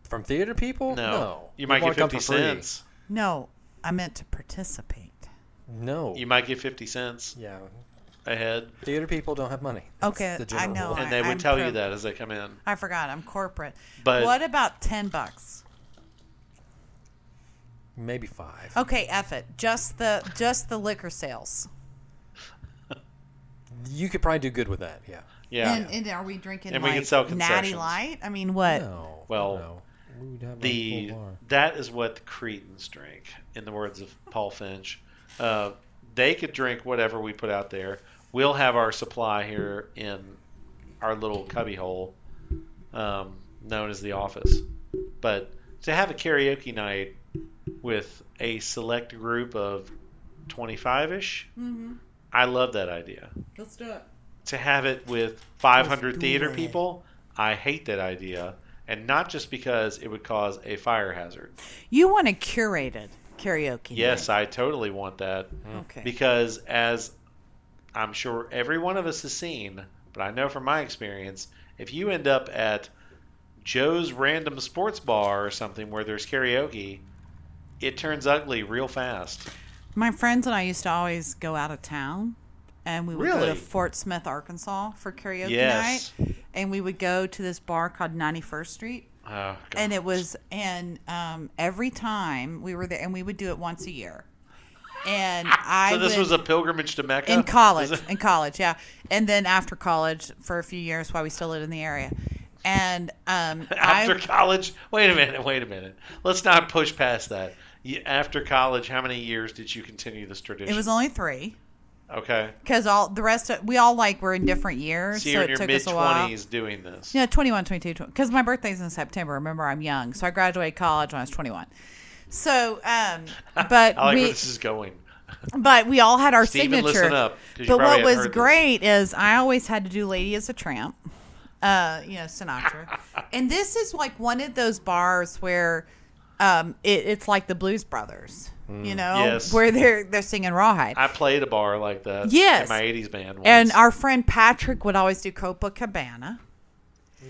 Speaker 3: From theater people?
Speaker 2: No,
Speaker 3: No.
Speaker 2: you might
Speaker 3: wanna
Speaker 2: get
Speaker 3: come
Speaker 2: 50
Speaker 3: for free.
Speaker 2: cents.
Speaker 1: No, I meant to participate.
Speaker 3: No.
Speaker 2: You might get 50 cents
Speaker 3: yeah.
Speaker 2: a head,
Speaker 3: Theater people don't have money. That's
Speaker 1: Okay,
Speaker 3: the
Speaker 1: I
Speaker 3: general
Speaker 1: know.
Speaker 3: rule.
Speaker 2: and they would
Speaker 1: I'm
Speaker 2: tell
Speaker 1: pro-
Speaker 2: you that as they come in.
Speaker 1: I forgot. I'm corporate.
Speaker 2: But-
Speaker 1: what about ten bucks?
Speaker 3: Maybe five.
Speaker 1: Okay, F it. Just the just the liquor sales.
Speaker 3: You could probably do good with that. Yeah.
Speaker 2: Yeah,
Speaker 1: And, and are we drinking
Speaker 2: And we
Speaker 1: like
Speaker 2: can sell
Speaker 1: Natty
Speaker 2: concessions.
Speaker 1: Light? I mean, what?
Speaker 3: No.
Speaker 2: Uh, Well,
Speaker 3: no. We would have a
Speaker 2: the
Speaker 3: full bar.
Speaker 2: that is what the Cretans drink, in the words of Paul Finch. Uh, they could drink whatever we put out there. We'll have our supply here in our little cubbyhole, um, known as the office. But to have a karaoke night with a select group of twenty-five ish,
Speaker 1: Mm-hmm.
Speaker 2: I love that idea.
Speaker 1: Let's do it.
Speaker 2: To have it with five hundred
Speaker 3: do
Speaker 2: theater
Speaker 3: it.
Speaker 2: people, I hate that idea, and not just because it would cause a fire hazard.
Speaker 1: You want a curated karaoke?
Speaker 2: Yes, I totally want that
Speaker 1: night. Okay.
Speaker 2: because as I'm sure every one of us has seen, but I know from my experience, if you end up at Joe's random sports bar or something where there's karaoke, it turns ugly real fast.
Speaker 1: My friends and I used to always go out of town, and we would go
Speaker 2: Really?
Speaker 1: to Fort Smith, Arkansas, for karaoke
Speaker 2: Yes.
Speaker 1: night. And we would go to this bar called 91st Street,
Speaker 2: Oh, God.
Speaker 1: and it was and um, every time we were there, and we would do it once a year. And I
Speaker 2: so this
Speaker 1: would,
Speaker 2: was a pilgrimage to Mecca
Speaker 1: in college,
Speaker 2: Is it-
Speaker 1: in college, yeah, and then after college for a few years while we still lived in the area. And um,
Speaker 2: After
Speaker 1: I,
Speaker 2: college, wait a minute, wait a minute. Let's not push past that. You- After college, how many years did you continue this tradition?
Speaker 1: it was only three
Speaker 2: okay,
Speaker 1: because all the rest of we all like were in different years, so,
Speaker 2: so you're in
Speaker 1: it
Speaker 2: your
Speaker 1: took
Speaker 2: mid
Speaker 1: us a while.
Speaker 2: twenties doing this.
Speaker 1: Yeah, 21, 22, because my birthday's in September. Remember, I'm young. So I graduated college when I was 21. So, um, but
Speaker 2: I like where
Speaker 1: we,
Speaker 2: this is going.
Speaker 1: but we all had our
Speaker 2: Steven,
Speaker 1: signature.
Speaker 2: listen up. 'cause you
Speaker 1: But
Speaker 2: probably
Speaker 1: what
Speaker 2: hadn't
Speaker 1: was
Speaker 2: heard this.
Speaker 1: great is I always had to do "Lady as a Tramp," uh, you know, Sinatra, and this is like one of those bars where um, it, it's like the Blues Brothers, you know,
Speaker 2: Mm, Yes.
Speaker 1: where they're they're singing Rawhide.
Speaker 2: I played a bar like that
Speaker 1: Yes.
Speaker 2: in my 80s band. Once.
Speaker 1: and our friend Patrick would always do Copacabana,
Speaker 2: Mm.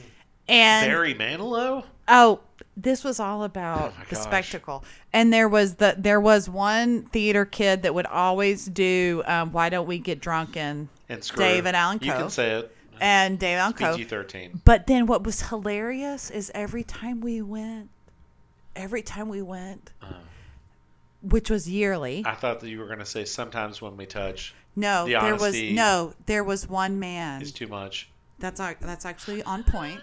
Speaker 1: and
Speaker 2: Barry Manilow?
Speaker 1: Oh, this was all about
Speaker 2: Oh my
Speaker 1: the
Speaker 2: gosh.
Speaker 1: spectacle. And there was the there was one theater kid that would always do um, "Why Don't We Get Drunk?" and
Speaker 2: And screw.
Speaker 1: David Allan
Speaker 2: You
Speaker 1: Coe.
Speaker 2: can say it.
Speaker 1: and Dave Alco.
Speaker 2: PG 13.
Speaker 1: But then what was hilarious is every time we went, every time we went, which was yearly.
Speaker 2: Uh. I thought that you were going to say sometimes when we touch
Speaker 1: no,
Speaker 2: the
Speaker 1: there was
Speaker 2: honesty
Speaker 1: no, there was one man.
Speaker 2: is too much.
Speaker 1: That's ac- that's actually on point.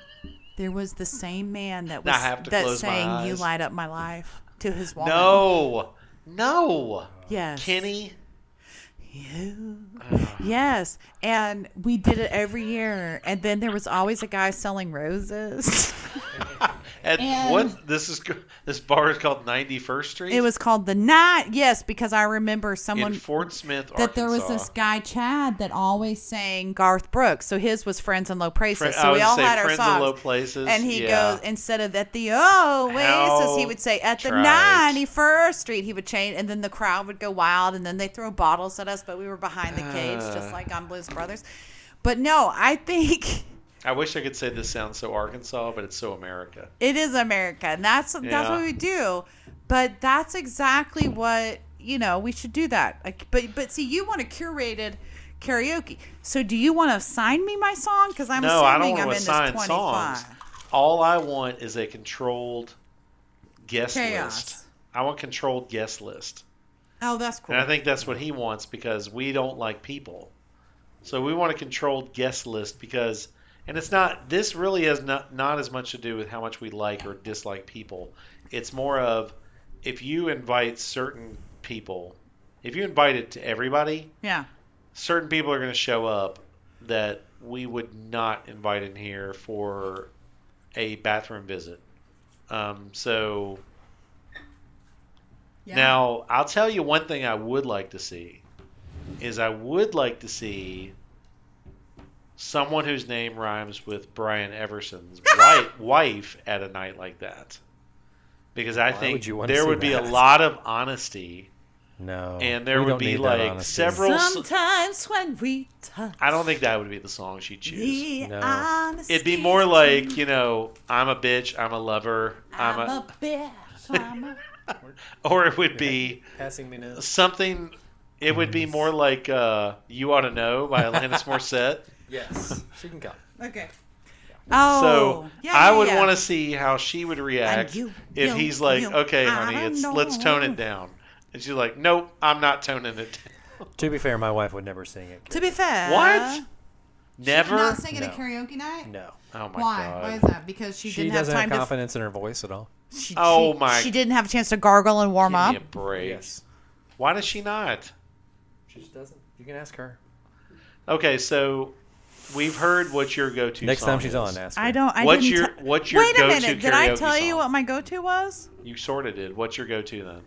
Speaker 1: There was the same man that
Speaker 2: Now
Speaker 1: was
Speaker 2: I have to
Speaker 1: that
Speaker 2: close my
Speaker 1: saying "You
Speaker 2: eyes.
Speaker 1: light up my life" to his woman.
Speaker 2: No. No.
Speaker 1: Yes.
Speaker 2: Kenny. Ah.
Speaker 1: You. Yes, and we did it every year, and then there was always a guy selling roses.
Speaker 2: At
Speaker 1: And-
Speaker 2: what? This is go- this bar is called 91st Street.
Speaker 1: it was called the night. Yes, because I remember someone
Speaker 2: in Fort Smith,
Speaker 1: that there was this
Speaker 2: Arkansas.
Speaker 1: guy Chad that always sang Garth Brooks. So his was Friends in Low Places.
Speaker 2: Friend- I
Speaker 1: so we
Speaker 2: would
Speaker 1: all
Speaker 2: say
Speaker 1: had our
Speaker 2: Friends in
Speaker 1: songs.
Speaker 2: Low Places,
Speaker 1: And he
Speaker 2: yeah.
Speaker 1: goes instead of at the Oasis, he
Speaker 2: How
Speaker 1: would say at the
Speaker 2: trite.
Speaker 1: ninety first street. He would change, and then the crowd would go wild, and then they throw bottles at us, but we were behind the cage,
Speaker 2: Ah.
Speaker 1: just like on Blues Brothers. But no, I think.
Speaker 2: I wish I could say this sounds so Arkansas, but it's so America.
Speaker 1: It is America, and that's that's
Speaker 2: Yeah.
Speaker 1: what we do. But that's exactly what you know. We should do that. Like, but but see, you want a curated karaoke. So do you want to assign me my song? Because I'm
Speaker 2: no, I don't
Speaker 1: assuming
Speaker 2: want
Speaker 1: I'm
Speaker 2: to
Speaker 1: in this
Speaker 2: assign
Speaker 1: 25.
Speaker 2: songs. All I want is a controlled guest
Speaker 1: Chaos.
Speaker 2: list. I want controlled guest list,
Speaker 1: Oh, that's cool.
Speaker 2: and I think that's what he wants because we don't like people. So we want a controlled guest list because, and it's not. This really has not not as much to do with how much we like or dislike people. It's more of if you invite certain people, if you invite it to everybody,
Speaker 1: yeah,
Speaker 2: certain people are going to show up that we would not invite in here for a bathroom visit. Um, so
Speaker 1: yeah.
Speaker 2: now I'll tell you one thing I would like to see is I would like to see someone whose name rhymes with Brian Everson's wife, wife at a night like that. Because I
Speaker 3: Why
Speaker 2: think
Speaker 3: would you want to
Speaker 2: there
Speaker 3: see
Speaker 2: would be a
Speaker 3: that?
Speaker 2: lot of honesty
Speaker 3: No.
Speaker 2: And there
Speaker 3: we
Speaker 2: would
Speaker 3: don't
Speaker 2: be,
Speaker 3: need that
Speaker 2: like,
Speaker 3: honesty.
Speaker 2: several-
Speaker 1: sometimes when we touch,
Speaker 2: I don't think that would be the song she choose.
Speaker 1: the
Speaker 3: No.
Speaker 1: honesty
Speaker 2: It'd be more like, you know, I'm a bitch, I'm a lover, I'm,
Speaker 1: I'm
Speaker 2: a,
Speaker 1: a bitch. I'm a
Speaker 2: or it would be
Speaker 3: Passing me now.
Speaker 2: something. It would
Speaker 3: Mm-hmm.
Speaker 2: be more like uh, "You Ought to Know" by Alanis Morissette.
Speaker 3: Yes. She can go.
Speaker 1: okay. Oh,
Speaker 2: so
Speaker 1: yeah,
Speaker 2: I
Speaker 1: yeah,
Speaker 2: would
Speaker 1: yeah.
Speaker 2: want to see how she would react
Speaker 1: you-
Speaker 2: if
Speaker 1: you-
Speaker 2: he's like,
Speaker 1: you
Speaker 2: "Okay, honey,
Speaker 1: oughta
Speaker 2: it's let's tone
Speaker 1: know."
Speaker 2: it down," and she's like, "Nope, I'm not toning it."
Speaker 3: To be fair, my wife would never sing it.
Speaker 1: To be fair,
Speaker 2: down. What? Never.
Speaker 1: Uh, Not singing a
Speaker 3: No.
Speaker 1: karaoke night.
Speaker 3: No.
Speaker 2: Oh my
Speaker 1: Why?
Speaker 2: god.
Speaker 1: Why is that? Because she,
Speaker 3: She
Speaker 1: didn't have
Speaker 3: doesn't have,
Speaker 1: time to.
Speaker 3: confidence in her voice at all.
Speaker 1: She,
Speaker 2: Oh
Speaker 1: she-
Speaker 2: my-
Speaker 1: She didn't have a chance to gargle and warm
Speaker 2: Give
Speaker 1: up.
Speaker 2: me a break. Why does she not?
Speaker 3: She just doesn't. You can ask her.
Speaker 2: Okay, so we've heard what your go-to
Speaker 3: Next time
Speaker 2: song
Speaker 3: she's
Speaker 2: is.
Speaker 3: on, ask her.
Speaker 1: I don't. I
Speaker 2: What's
Speaker 1: didn't
Speaker 2: your-
Speaker 1: te-
Speaker 2: what's your
Speaker 1: Wait a
Speaker 2: go-to
Speaker 1: minute. Did I
Speaker 2: karaoke
Speaker 1: tell you
Speaker 2: song?
Speaker 1: what my go-to was?
Speaker 2: You sort of did. What's your go-to then?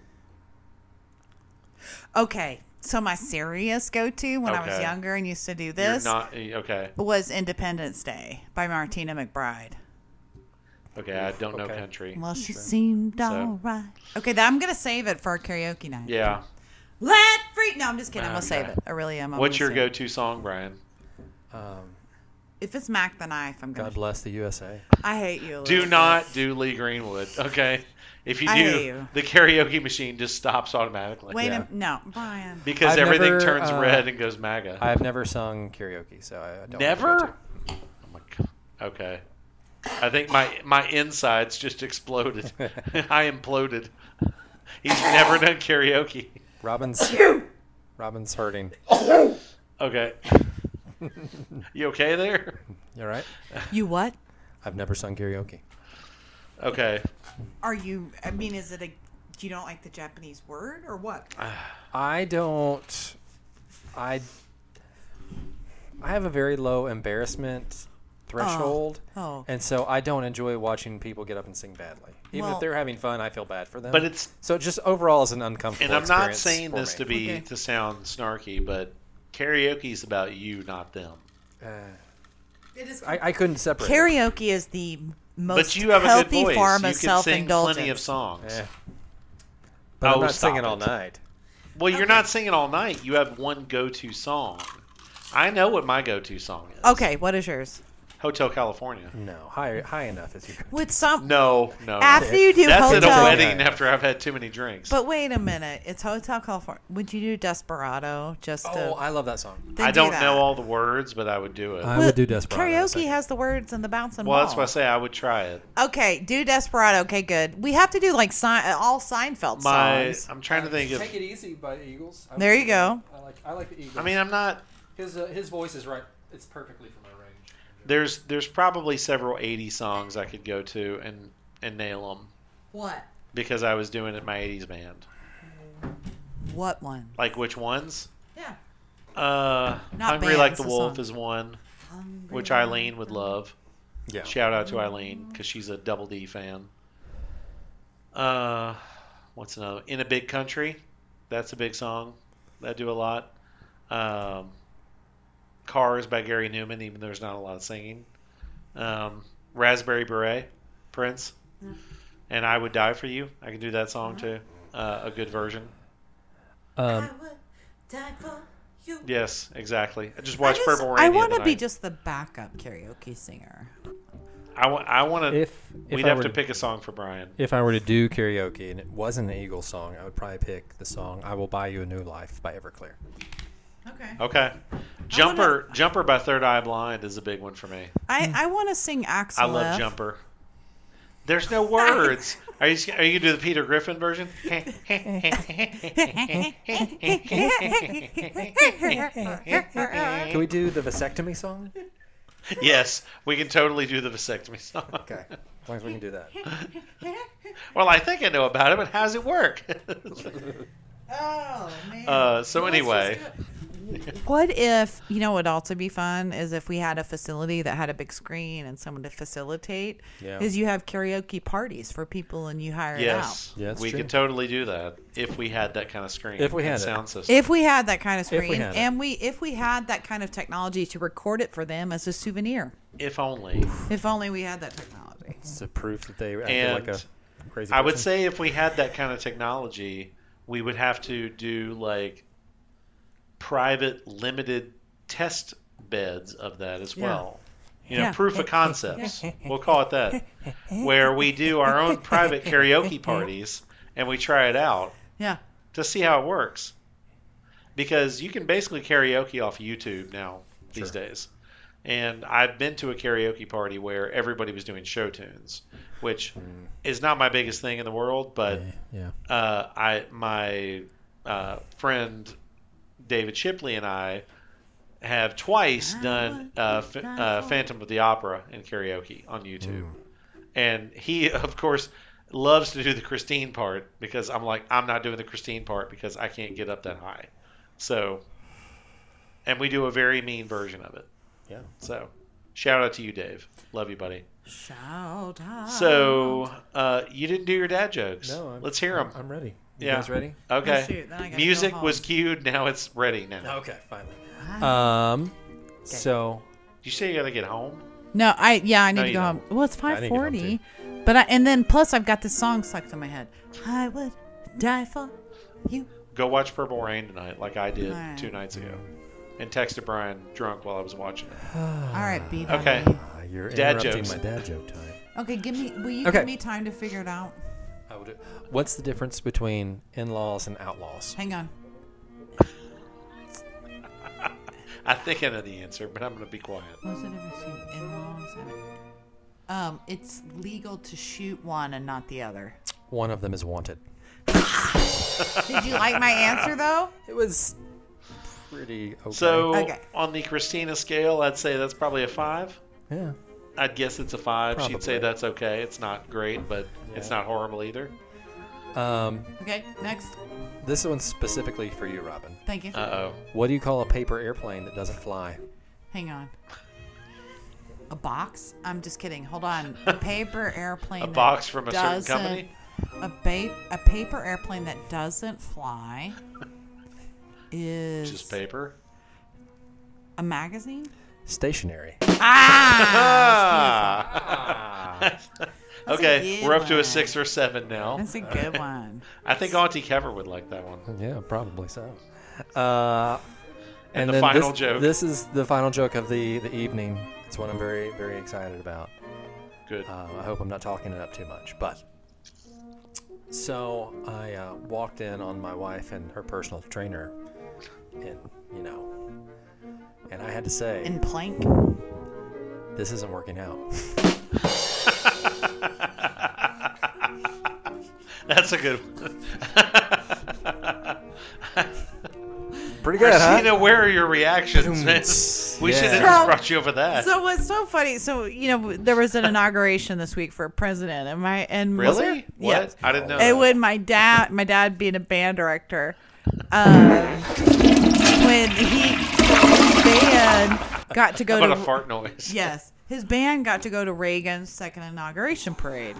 Speaker 1: Okay. So my serious go-to when I was
Speaker 2: Okay.
Speaker 1: younger and used to do this
Speaker 2: You're not eh, okay.
Speaker 1: was Independence Day by Martina McBride.
Speaker 2: Okay, I don't know
Speaker 3: okay.
Speaker 2: country.
Speaker 1: Well, she seemed all right. Okay, that, I'm gonna save it for our karaoke night.
Speaker 2: Yeah.
Speaker 1: Let free. No, I'm just kidding. I'm gonna
Speaker 2: Okay.
Speaker 1: save it. I really am. I'm
Speaker 2: What's
Speaker 1: gonna
Speaker 2: your
Speaker 1: save it.
Speaker 2: go-to song, Brian?
Speaker 3: Um,
Speaker 1: If it's Mac the Knife, I'm gonna.
Speaker 3: God bless the USA.
Speaker 1: I hate you.
Speaker 2: Do
Speaker 1: Elizabeth.
Speaker 2: not do Lee Greenwood. Okay. If you
Speaker 1: I
Speaker 2: do,
Speaker 1: hate you.
Speaker 2: the karaoke machine just stops automatically.
Speaker 1: Wait
Speaker 3: Yeah.
Speaker 1: a no, Brian.
Speaker 2: Because
Speaker 3: I've
Speaker 2: everything
Speaker 3: never,
Speaker 2: turns
Speaker 3: uh,
Speaker 2: red and goes MAGA.
Speaker 3: I've never sung karaoke, so I I don't. have a go-to.
Speaker 2: Never. Oh my god. Okay. I think my my insides just exploded. I imploded. He's never done karaoke.
Speaker 3: Robin's. Robin's hurting.
Speaker 2: Okay. You okay there?
Speaker 3: You all right?
Speaker 1: You what?
Speaker 3: I've never sung karaoke.
Speaker 2: Okay.
Speaker 1: Are you? I mean, is it a? You don't like the Japanese word or what?
Speaker 3: I don't. I. I have a very low embarrassment threshold.
Speaker 1: Oh.
Speaker 3: And so I don't enjoy watching people get up and sing badly. Even
Speaker 1: Well-
Speaker 3: if they're having fun, I feel bad for them.
Speaker 2: But it's-
Speaker 3: so it just overall is an uncomfortable.
Speaker 2: And I'm not
Speaker 3: experience
Speaker 2: saying
Speaker 3: for
Speaker 2: this
Speaker 3: me.
Speaker 2: to be
Speaker 1: Okay.
Speaker 2: to sound snarky, but karaoke's about you, not them.
Speaker 3: Uh,
Speaker 1: It is
Speaker 3: I, I couldn't separate. it.
Speaker 1: Karaoke is the most
Speaker 2: but you have a
Speaker 1: healthy
Speaker 2: good voice.
Speaker 1: form
Speaker 2: you
Speaker 1: of
Speaker 2: can sing
Speaker 1: self-indulgence.
Speaker 2: plenty of songs.
Speaker 3: Eh. But I'm
Speaker 2: Oh,
Speaker 3: not
Speaker 2: stop
Speaker 3: singing all
Speaker 2: it.
Speaker 3: night.
Speaker 2: Well, you're
Speaker 1: Okay.
Speaker 2: not singing all night. You have one go-to song. I know what my go-to song is.
Speaker 1: okay, what is yours?
Speaker 2: Hotel California.
Speaker 3: No, high high enough is your.
Speaker 1: With some
Speaker 2: No, no. no.
Speaker 1: after you do
Speaker 2: That's at a
Speaker 1: hotel.
Speaker 2: wedding after I've had too many drinks.
Speaker 1: But wait a minute, it's Hotel California. Would you do Desperado just to?
Speaker 3: Oh, I love that song.
Speaker 1: then
Speaker 2: I
Speaker 1: do
Speaker 2: don't
Speaker 1: that.
Speaker 2: know all the words, but I would do it.
Speaker 3: I
Speaker 1: Well,
Speaker 3: would do Desperado. in a
Speaker 1: Karaoke
Speaker 3: second.
Speaker 1: has the words and the bouncing
Speaker 2: well,
Speaker 1: ball.
Speaker 2: that's why I say I would try it.
Speaker 1: Okay, do Desperado. Okay, good. We have to do like Se- all Seinfeld
Speaker 2: My,
Speaker 1: songs.
Speaker 2: I'm trying to think of.
Speaker 3: Take it easy by the Eagles. I
Speaker 1: There
Speaker 3: like
Speaker 1: you
Speaker 3: the-
Speaker 1: go.
Speaker 3: I like I like the Eagles.
Speaker 2: I mean, I'm not.
Speaker 3: his uh, his voice is right. It's perfectly for my range.
Speaker 2: There's there's probably several 80 songs I could go to and and nail them
Speaker 1: What?
Speaker 2: because I was doing it in my 80s band.
Speaker 1: What one?
Speaker 2: Like which ones?
Speaker 1: Yeah.
Speaker 2: Uh,
Speaker 1: Not
Speaker 2: Hungry
Speaker 1: bands,
Speaker 2: Like the
Speaker 1: the
Speaker 2: Wolf
Speaker 1: song.
Speaker 2: is one, which Eileen would love.
Speaker 3: Yeah.
Speaker 2: Shout out to Eileen because she's a Double D fan. Uh, what's another? In a Big Country. That's a big song. that I do a lot. Um, Cars by Gary Newman, even though there's not a lot of singing. Um, Raspberry Beret, Prince.
Speaker 1: Mm.
Speaker 2: And I Would Die for You. I can do that song
Speaker 1: Uh-huh.
Speaker 2: too. Uh, a good version.
Speaker 3: Um,
Speaker 2: Yes, exactly. I just watched Purple Rain.
Speaker 1: I
Speaker 2: the
Speaker 1: want
Speaker 2: other
Speaker 1: to be
Speaker 2: night.
Speaker 1: just the backup karaoke singer.
Speaker 2: I want. I want to.
Speaker 3: if if
Speaker 2: We'd
Speaker 3: I
Speaker 2: have
Speaker 3: were
Speaker 2: to pick a song for Brian.
Speaker 3: if I were to do karaoke and it wasn't an Eagles song, I would probably pick the song "I Will Buy You a New Life" by Everclear.
Speaker 1: Okay.
Speaker 2: Okay. Jumper, Jumper by Third Eye Blind is a big one for me.
Speaker 1: I, I want to sing Axel.
Speaker 2: I love
Speaker 1: F.
Speaker 2: Jumper. There's no words. Are you are you gonna do the Peter Griffin version?
Speaker 3: Can we do the vasectomy song?
Speaker 2: yes, we can totally do the vasectomy song.
Speaker 3: Okay, as long as we can do that.
Speaker 2: Well, I think I know about it, but how does it work?
Speaker 1: Oh man.
Speaker 2: uh, so anyway,
Speaker 1: What if you know what also be fun is if we had a facility that had a big screen and someone to facilitate?
Speaker 3: Yeah.
Speaker 1: Is you have karaoke parties for people and you hire
Speaker 2: yes,
Speaker 3: Yeah, that's
Speaker 2: we
Speaker 3: true.
Speaker 2: could totally do that if we had that kind of screen.
Speaker 3: If we
Speaker 2: and
Speaker 3: had it.
Speaker 2: sound system.
Speaker 1: it out. If we had that kind of
Speaker 3: we
Speaker 1: screen
Speaker 3: had it.
Speaker 1: and we if we had that kind of technology to record it for them as a souvenir.
Speaker 2: if only.
Speaker 1: If only we had that technology.
Speaker 3: It's a proof that they acted
Speaker 2: And
Speaker 3: like a crazy.
Speaker 2: I would
Speaker 3: person.
Speaker 2: say if we had that kind of technology, we would have to do like private, limited test beds of that as well. You know,
Speaker 1: Yeah.
Speaker 2: proof of concepts. we'll call it that. Where we do our own private karaoke parties and we try it out
Speaker 1: Yeah.
Speaker 2: to see how it works. Because you can basically karaoke off YouTube now these
Speaker 3: Sure.
Speaker 2: days. And I've been to a karaoke party where everybody was doing show tunes, which is not my biggest thing in the world, but
Speaker 3: Mm. yeah.
Speaker 2: uh, I my uh, friend David Shipley and I have twice done uh, F- uh, Phantom of the Opera in karaoke on
Speaker 3: Mm.
Speaker 2: YouTube, and he of course loves to do the Christine part because I'm like I'm not doing the Christine part because I can't get up that high, so and we do a very mean version of it.
Speaker 3: Yeah.
Speaker 2: So shout out to you, Dave. Love you, buddy.
Speaker 1: Shout out.
Speaker 2: So uh, you didn't do your dad jokes.
Speaker 3: No, I'm,
Speaker 2: let's hear them.
Speaker 3: I'm ready. You
Speaker 2: Yeah.
Speaker 3: guys ready?
Speaker 2: Okay.
Speaker 1: Oh, shoot, then I gotta
Speaker 2: Music
Speaker 1: go
Speaker 2: was
Speaker 1: home.
Speaker 2: cued. Now it's ready. Now.
Speaker 3: Okay, finally. Um, so
Speaker 2: You say you gotta get home.
Speaker 1: No, I yeah, I need
Speaker 2: No,
Speaker 1: to
Speaker 2: you
Speaker 1: go home. Well, it's
Speaker 3: I need to
Speaker 1: five
Speaker 3: get home,
Speaker 1: forty, but I and then plus I've got this song stuck in my head. I would die for you.
Speaker 2: Go watch Purple Rain tonight, like I did
Speaker 1: Alright.
Speaker 2: two nights ago, and texted Brian drunk while I was watching it.
Speaker 1: All right, B.
Speaker 2: Okay.
Speaker 1: honey.
Speaker 3: uh, you're
Speaker 2: Dad
Speaker 3: interrupting
Speaker 2: jokes.
Speaker 3: my dad joke time.
Speaker 1: Okay, give me. Will you
Speaker 3: Okay.
Speaker 1: give me time to figure it out?
Speaker 3: I would, what's the difference between in-laws and outlaws?
Speaker 1: Hang on.
Speaker 2: I think I know the answer, but I'm gonna be quiet.
Speaker 1: What's the difference between in-laws and um? It's legal to shoot one and not the other.
Speaker 3: One of them is wanted.
Speaker 1: Did you like my answer though?
Speaker 3: It was pretty okay.
Speaker 2: So
Speaker 1: Okay.
Speaker 2: on the Christina scale, I'd say that's probably a five.
Speaker 3: yeah,
Speaker 2: I'd guess it's a five. She'd say
Speaker 3: Probably.
Speaker 2: that's okay. It's not great, but it's not horrible either.
Speaker 3: um,
Speaker 1: Okay, next.
Speaker 3: this one's specifically for you, Robin.
Speaker 1: Thank you.
Speaker 2: Uh oh.
Speaker 3: What do you call a paper airplane that doesn't fly?
Speaker 1: Hang on. a box. I'm just kidding. Hold on. A paper airplane.
Speaker 2: A
Speaker 1: that
Speaker 2: box from a certain
Speaker 1: doesn't-
Speaker 2: company?
Speaker 1: A, ba- a paper airplane that doesn't fly is
Speaker 2: Just paper.
Speaker 1: a magazine.
Speaker 3: Stationary.
Speaker 1: Ah,
Speaker 2: okay,
Speaker 1: good
Speaker 2: we're up to
Speaker 1: one.
Speaker 2: a six or seven now.
Speaker 1: that's a good one.
Speaker 2: I think Auntie Kever would like that one.
Speaker 3: Yeah, probably so. Uh,
Speaker 2: And the
Speaker 3: then
Speaker 2: final
Speaker 3: this,
Speaker 2: joke.
Speaker 3: This is the final joke of the, the evening. It's one I'm very, very excited about.
Speaker 2: Good.
Speaker 3: Um, I hope I'm not talking it up too much, but so I uh, walked in on my wife and her personal trainer, and you know, and I had to say,
Speaker 1: And plank.
Speaker 3: this isn't working out.
Speaker 2: That's a good one.
Speaker 3: Pretty good,
Speaker 2: Christina,
Speaker 3: huh?
Speaker 2: where are your reactions?
Speaker 3: Boom.
Speaker 2: man? we should have
Speaker 3: Yeah.
Speaker 2: just brought you over that.
Speaker 1: So what's so funny? So you know, there was an inauguration this week for a president, and my and was there?
Speaker 2: really? What?
Speaker 1: Yeah.
Speaker 2: I didn't know.
Speaker 1: And when my dad, my dad being a band director, um, when he his band got to
Speaker 2: How
Speaker 1: go
Speaker 2: about
Speaker 1: to
Speaker 2: a fart noise?
Speaker 1: yes, his band got to go to Reagan's second inauguration parade.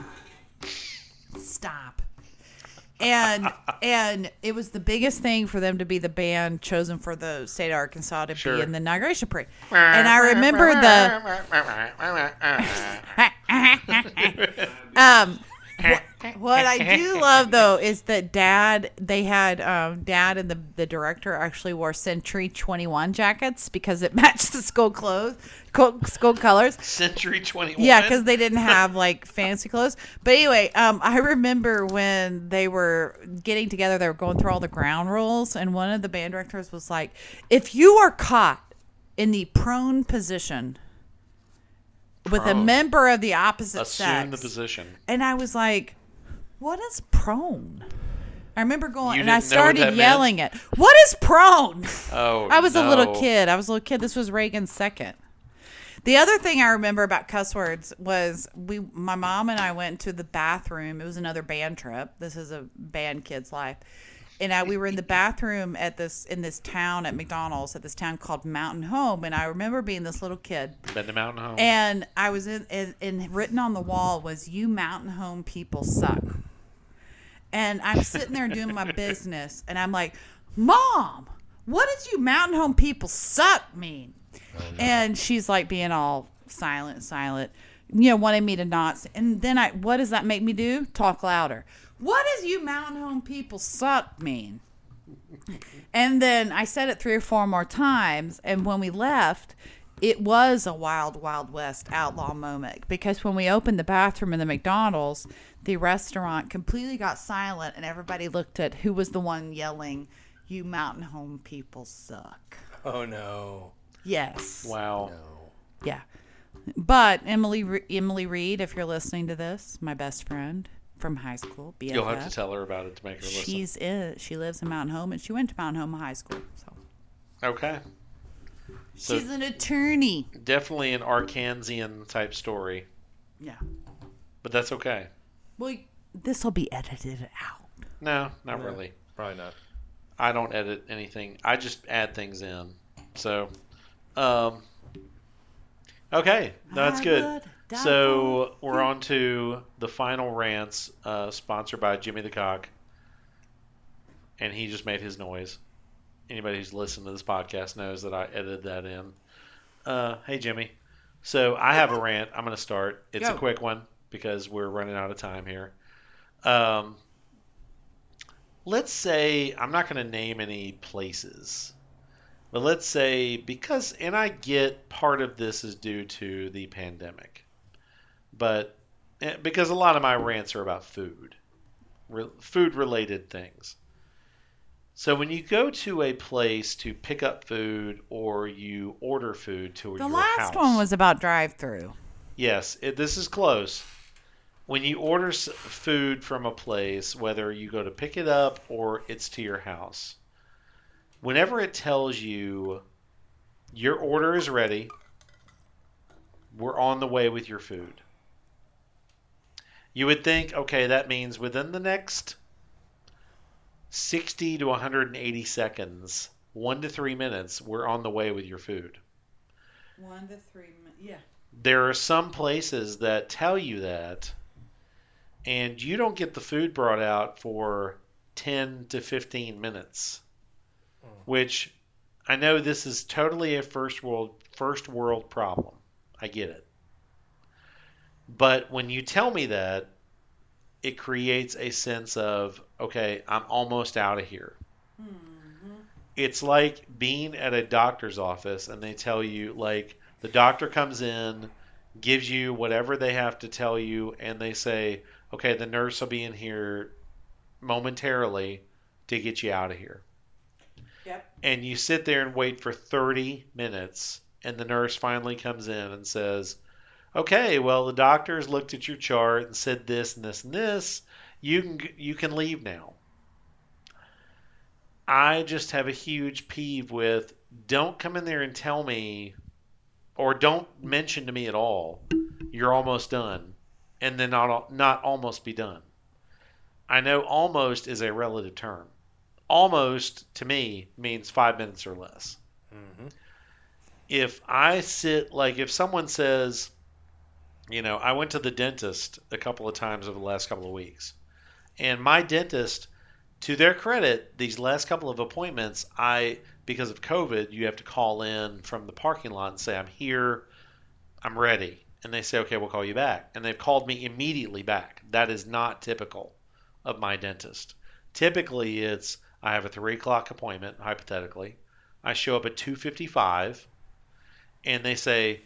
Speaker 1: Stop. And and it was the biggest thing for them to be the band chosen for the state of Arkansas to
Speaker 2: Sure.
Speaker 1: be in the inauguration parade. And I remember the um wh- what I do love though is that dad they had um dad and the the director actually wore Century 21 jackets because it matched the school clothes co- school colors
Speaker 2: Century 21.
Speaker 1: yeah, because they didn't have like fancy clothes. But anyway, um, I remember when they were getting together, they were going through all the ground rules, and one of the band directors was like, "If you are caught in the prone position with a
Speaker 2: Prone.
Speaker 1: member of the opposite
Speaker 2: assume
Speaker 1: sex,"
Speaker 2: the position.
Speaker 1: and I was like, "What is prone?" I remember going
Speaker 2: You
Speaker 1: and I
Speaker 2: didn't know what that
Speaker 1: started
Speaker 2: meant?
Speaker 1: yelling it. What is prone?
Speaker 2: Oh,
Speaker 1: I was a little
Speaker 2: no.
Speaker 1: kid. I was a little kid. This was Reagan's second. The other thing I remember about cuss words was we my mom and I went to the bathroom. It was another band trip. This is a band kid's life. And I, we were in the bathroom at this in this town at McDonald's at this town called Mountain Home and I remember being this little kid
Speaker 2: Been to Mountain Home.
Speaker 1: and I was in, in, and written on the wall was "You mountain home people suck." And I'm sitting there doing my business, and I'm like, "Mom, what does you mountain home people suck mean?" And she's like being all silent, silent, you know, wanting me to not. s- And then I, what does that make me do? Talk louder. What does you mountain home people suck mean? And then I said it three or four more times. And when we left, it was a wild, wild west outlaw moment because when we opened the bathroom in the McDonald's, the restaurant completely got silent and everybody looked at who was the one yelling, You mountain home people suck.
Speaker 3: Oh no.
Speaker 1: Yes.
Speaker 2: wow.
Speaker 1: Yeah. But Emily, Re- Emily Reed, if you're listening to this, my best friend from high school, BFF,
Speaker 2: You'll have to tell her about it to make her listen.
Speaker 1: she's in, she lives in Mountain Home and she went to Mountain Home High School. So
Speaker 2: Okay. So-
Speaker 1: she's an attorney.
Speaker 2: Definitely an Arkansian type story,
Speaker 1: Yeah.
Speaker 2: but that's okay.
Speaker 1: Well, this will be edited out.
Speaker 2: No, not really.
Speaker 3: Probably not.
Speaker 2: I don't edit anything. I just add things in. So, um, okay, no, that's
Speaker 1: I
Speaker 2: good.
Speaker 1: would die
Speaker 2: So we're on to the final rants, uh, sponsored by Jimmy the Cock, and he just made his noise. Anybody who's listened to this podcast knows that I edited that in. Uh, hey, Jimmy. So I have a rant. I'm going to start. It's
Speaker 1: Go.
Speaker 2: a quick one because we're running out of time here. Um, let's say I'm not going to name any places, but let's say because, and I get part of this is due to the pandemic, but eh, because a lot of my rants are about food, re- food related things. So when you go to a place to pick up food or you order food to
Speaker 1: The
Speaker 2: your
Speaker 1: last
Speaker 2: house-
Speaker 1: one was about drive-through.
Speaker 2: Yes, it, this is close. When you order s- food from a place, whether you go to pick it up or it's to your house, whenever it tells you your order is ready, we're on the way with your food, you would think, okay, that means within the next 60 to 180 seconds, one to three minutes, we're on the way with your food.
Speaker 1: One to three. Minutes. Yeah.
Speaker 2: There are some places that tell you that, and you don't get the food brought out for 10 to 15 minutes, which I know this is totally a first world first world problem. I get it. But when you tell me that, it creates a sense of okay, I'm almost out of here. It's like being at a doctor's office and they tell you like the doctor comes in, gives you whatever they have to tell you and they say, "Okay, the nurse will be in here momentarily to get you out of here."
Speaker 1: Yep.
Speaker 2: and you sit there and wait for 30 minutes and the nurse finally comes in and says okay well the doctors looked at your chart and said this and this and this you can you can leave now i just have a huge peeve with don't come in there and tell me or don't mention to me at all you're almost done and then not not almost be done i know almost is a relative term almost to me means five minutes or less.
Speaker 3: Mm-hmm.
Speaker 2: If I sit, like, if someone says, you know, I went to the dentist a couple of times over the last couple of weeks, and my dentist, to their credit, these last couple of appointments, I, because of COVID, you have to call in from the parking lot and say, I'm here, I'm ready. And they say, okay, we'll call you back. And they've called me immediately back. That is not typical of my dentist. Typically, it's I have a three o'clock appointment, hypothetically. I show up at two fifty-five, and they say,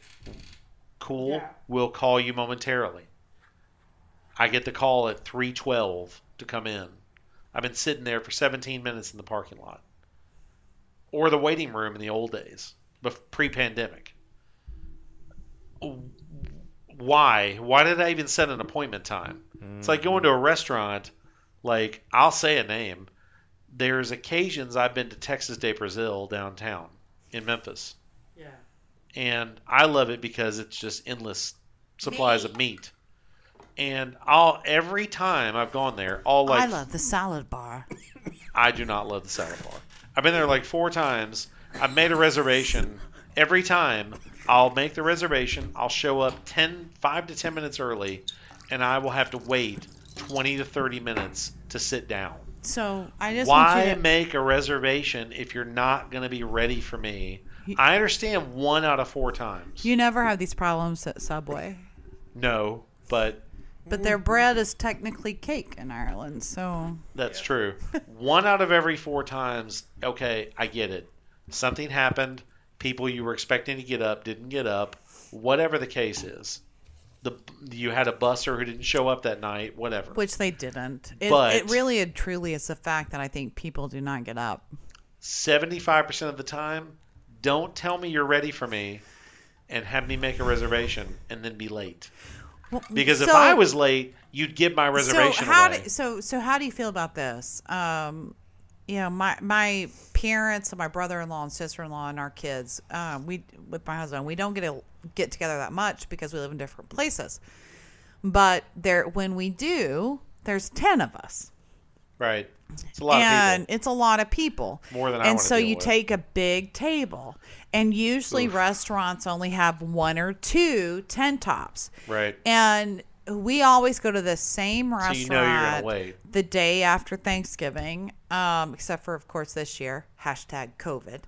Speaker 2: "Cool,
Speaker 1: Yeah.
Speaker 2: we'll call you momentarily." I get the call at three twelve to come in. I've been sitting there for seventeen minutes in the parking lot, or the waiting room in the old days, but pre-pandemic. Why? Why did I even set an appointment time? It's like going to a restaurant. Like I'll say a name there's occasions I've been to Texas Day Brazil downtown in Memphis,
Speaker 1: Yeah.
Speaker 2: and I love it because it's just endless supplies of meat. And I'll every time I've gone there, all like
Speaker 1: I love the salad bar.
Speaker 2: I do not love the salad bar. I've been there like four times. I've made a reservation. Every time I'll make the reservation, I'll show up 10, 5 to 10 minutes early, and I will have to wait 20 to 30 minutes to sit down.
Speaker 1: So I just want
Speaker 2: Why
Speaker 1: you to.
Speaker 2: make a reservation if you're not going to be ready for me? I understand one out of four times.
Speaker 1: You never have these problems at Subway,
Speaker 2: No, but
Speaker 1: but their bread is technically cake in Ireland. So
Speaker 2: that's true. one out of every four times, okay, I get it. Something happened. People you were expecting to get up didn't get up. Whatever the case is, the you had a busser who didn't show up that night. Whatever.
Speaker 1: which they didn't. It,
Speaker 2: But-
Speaker 1: it really and truly is the fact that I think people do not get up.
Speaker 2: Seventy-five percent of the time, don't tell me you're ready for me, and have me make a reservation and then be late.
Speaker 1: Well,
Speaker 2: Because if
Speaker 1: so-
Speaker 2: I was late, you'd give my reservation
Speaker 1: so how
Speaker 2: away.
Speaker 1: Do, so so how do you feel about this? Um, you know, my my parents and my brother in law and sister in law and our kids, um, we with my husband, we don't get to get together that much because we live in different places. But there, when we do, there's ten of us,
Speaker 2: right. It's a lot
Speaker 1: and
Speaker 2: of people.
Speaker 1: it's a lot of people.
Speaker 2: More than I
Speaker 1: and
Speaker 2: wanna
Speaker 1: so
Speaker 2: deal
Speaker 1: you
Speaker 2: with.
Speaker 1: take a big table, and usually restaurants only have one or two ten tops,
Speaker 2: Right.
Speaker 1: and we always go to the same restaurant
Speaker 2: you know you're gonna wait.
Speaker 1: the day after Thanksgiving, um, except for of course this year hashtag COVID.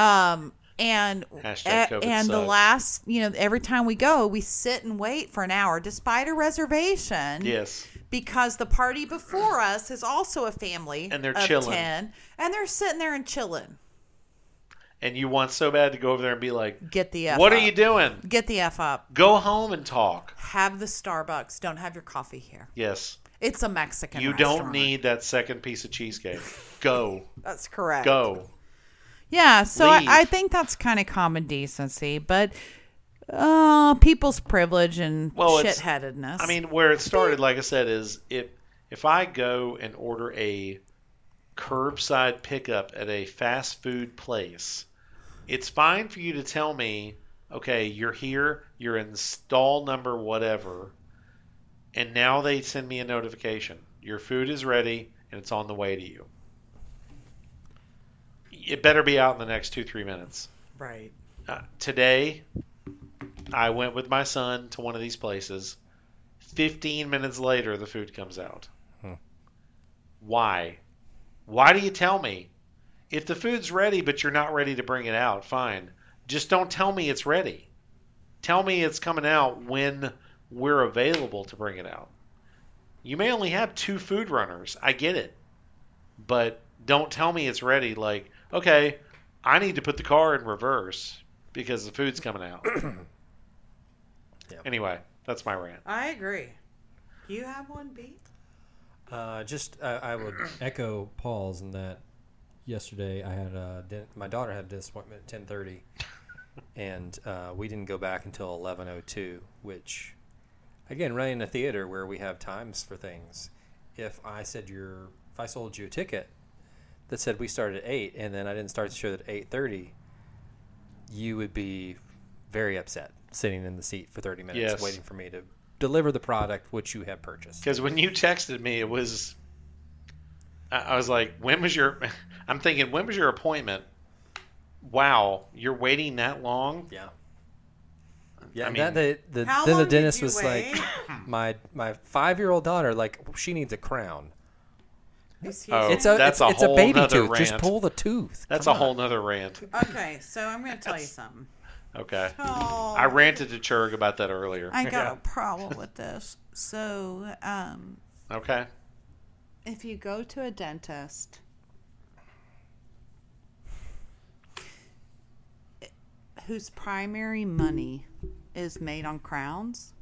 Speaker 1: Um, and e,
Speaker 2: Hashtag COVID
Speaker 1: and the
Speaker 2: sucks.
Speaker 1: last, you know, every time we go, we sit and wait for an hour, despite a reservation.
Speaker 2: yes.
Speaker 1: Because the party before us is also a family,
Speaker 2: And they're
Speaker 1: of
Speaker 2: chilling.
Speaker 1: ten, and they're sitting there and chilling.
Speaker 2: And you want so bad to go over there and be like,
Speaker 1: Get the f
Speaker 2: "What are
Speaker 1: up.
Speaker 2: you doing?
Speaker 1: Get the f up.
Speaker 2: Go home and talk."
Speaker 1: Have the Starbucks. Don't have your coffee here.
Speaker 2: Yes.
Speaker 1: It's a Mexican.
Speaker 2: You don't
Speaker 1: restaurant.
Speaker 2: need that second piece of cheesecake. Go.
Speaker 1: That's correct.
Speaker 2: Go.
Speaker 1: Yeah, so I,
Speaker 2: Leave.
Speaker 1: I think that's kind of common decency, but uh, people's privilege and
Speaker 2: Well, it's-
Speaker 1: shitheadedness.
Speaker 2: I mean, where it started, like I said, is if if I go and order a curbside pickup at a fast food place, it's fine for you to tell me, okay, you're here, you're in stall number whatever, and now they send me a notification. Your food is ready and it's on the way to you. It better be out in the next two three minutes
Speaker 1: right?
Speaker 2: uh, today I went with my son to one of these places. 15 minutes later, the food comes out.
Speaker 3: Hmm.
Speaker 2: Why? Why do you tell me? If the food's ready, but you're not ready to bring it out, fine. Just don't tell me it's ready. Tell me it's coming out when we're available to bring it out. You may only have two food runners. I get it. But don't tell me it's ready. Like, okay, I need to put the car in reverse because the food's coming out.
Speaker 3: Yep.
Speaker 2: Anyway, that's my rant.
Speaker 1: I agree. Do you have one, beat?
Speaker 3: Uh, just I, I would echo Paul's in that. Yesterday, I had a den- my daughter had a disappointment at ten thirty, and uh, we didn't go back until eleven oh two. Which, again, running a theater where we have times for things. If I said your, if I sold you a ticket that said we started at eight, and then I didn't start the show at eight thirty, you would be very upset sitting in the seat for thirty minutes
Speaker 2: Yes.
Speaker 3: waiting for me to deliver the product which you have purchased.
Speaker 2: Because when you texted me, it was. I, I was like, when was your. I'm thinking, when was your appointment? Wow, you're waiting that long?
Speaker 3: Yeah. Yeah,
Speaker 2: I
Speaker 3: and
Speaker 2: mean-
Speaker 3: that, the, the,
Speaker 1: How
Speaker 3: then the
Speaker 1: long did
Speaker 3: dentist
Speaker 1: you
Speaker 3: was
Speaker 1: wait?
Speaker 3: like, my my five year old daughter, like she needs a crown.
Speaker 1: Excuse
Speaker 2: Oh.
Speaker 1: me.
Speaker 3: It's a
Speaker 2: that's
Speaker 3: it's,
Speaker 2: a
Speaker 3: it's a
Speaker 2: whole
Speaker 3: baby
Speaker 2: nother
Speaker 3: tooth. Just
Speaker 2: rant.
Speaker 3: pull the tooth.
Speaker 2: That's
Speaker 3: Come
Speaker 2: a
Speaker 3: on.
Speaker 2: whole nother rant.
Speaker 1: Okay, so I'm going to tell you something.
Speaker 2: Okay.
Speaker 1: Oh,
Speaker 2: I ranted to Churg about that earlier.
Speaker 1: I got a problem with this. So, um,
Speaker 2: Okay.
Speaker 1: if you go to a dentist, eh, whose primary money is made on crowns,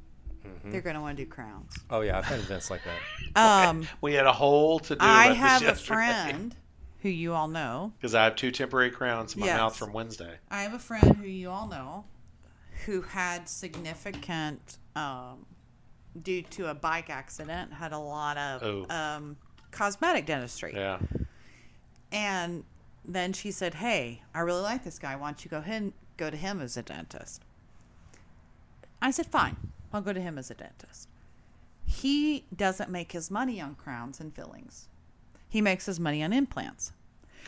Speaker 2: Mm-hmm.
Speaker 1: they're going to want to do crowns.
Speaker 3: Oh yeah, I've had events like that.
Speaker 1: Um,
Speaker 2: We had a whole to do.
Speaker 1: I have a friend who you all know.
Speaker 2: Because I have two temporary crowns in my
Speaker 1: Yes.
Speaker 2: mouth from Wednesday.
Speaker 1: I have a friend who you all know who had significant, um, due to a bike accident, had a lot of
Speaker 2: Oh.
Speaker 1: um, cosmetic dentistry.
Speaker 2: Yeah.
Speaker 1: And then she said, Hey, I really like this guy. Why don't you go, hin- go to him as a dentist? I said, Fine, I'll go to him as a dentist. He doesn't make his money on crowns and fillings, he makes his money on implants.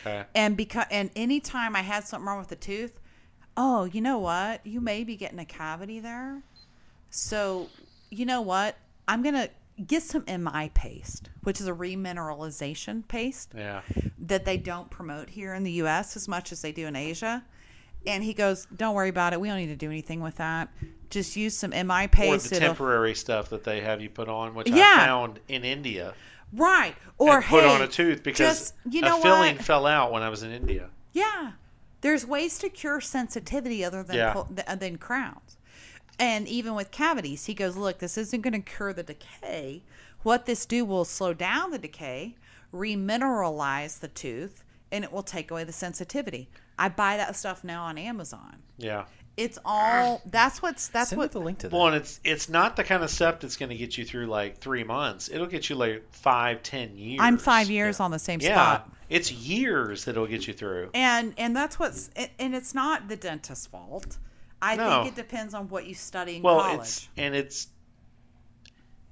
Speaker 2: Okay.
Speaker 1: And because and anytime I had something wrong with the tooth, oh, you know what? You may be getting a cavity there. So, you know what? I'm going to get some MI paste, which is a remineralization paste
Speaker 2: Yeah.
Speaker 1: that they don't promote here in the US as much as they do in Asia. And he goes, "Don't worry about it. We don't need to do anything with that. Just use some MI
Speaker 2: Or
Speaker 1: paste."
Speaker 2: the
Speaker 1: it'll-
Speaker 2: temporary stuff that they have you put on, which I
Speaker 1: "Oh." Yeah.
Speaker 2: found in India.
Speaker 1: right. Or
Speaker 2: and put
Speaker 1: hey,
Speaker 2: on a tooth because
Speaker 1: just, you know
Speaker 2: a filling
Speaker 1: what?
Speaker 2: fell out when I was in India.
Speaker 1: Yeah, there's ways to cure sensitivity other than
Speaker 2: Yeah.
Speaker 1: po- th- uh, than crowns, and even with cavities, he goes, "Look, this isn't going to cure the decay. What this do will slow down the decay, remineralize the tooth, and it will take away the sensitivity." I buy that stuff now on Amazon.
Speaker 2: Yeah.
Speaker 1: It's all that's what's that's
Speaker 3: Send
Speaker 1: what
Speaker 3: me the link to that.
Speaker 2: Well, and it's it's not the kind of stuff that's going to get you through like three months. It'll get you like five, ten years.
Speaker 1: I'm five years on the same
Speaker 2: Yeah,
Speaker 1: spot.
Speaker 2: it's years that it'll get you through.
Speaker 1: And and that's what's and- and it's not the dentist's fault. I
Speaker 2: No.
Speaker 1: think it depends on what you study in
Speaker 2: well,
Speaker 1: college.
Speaker 2: it's and it's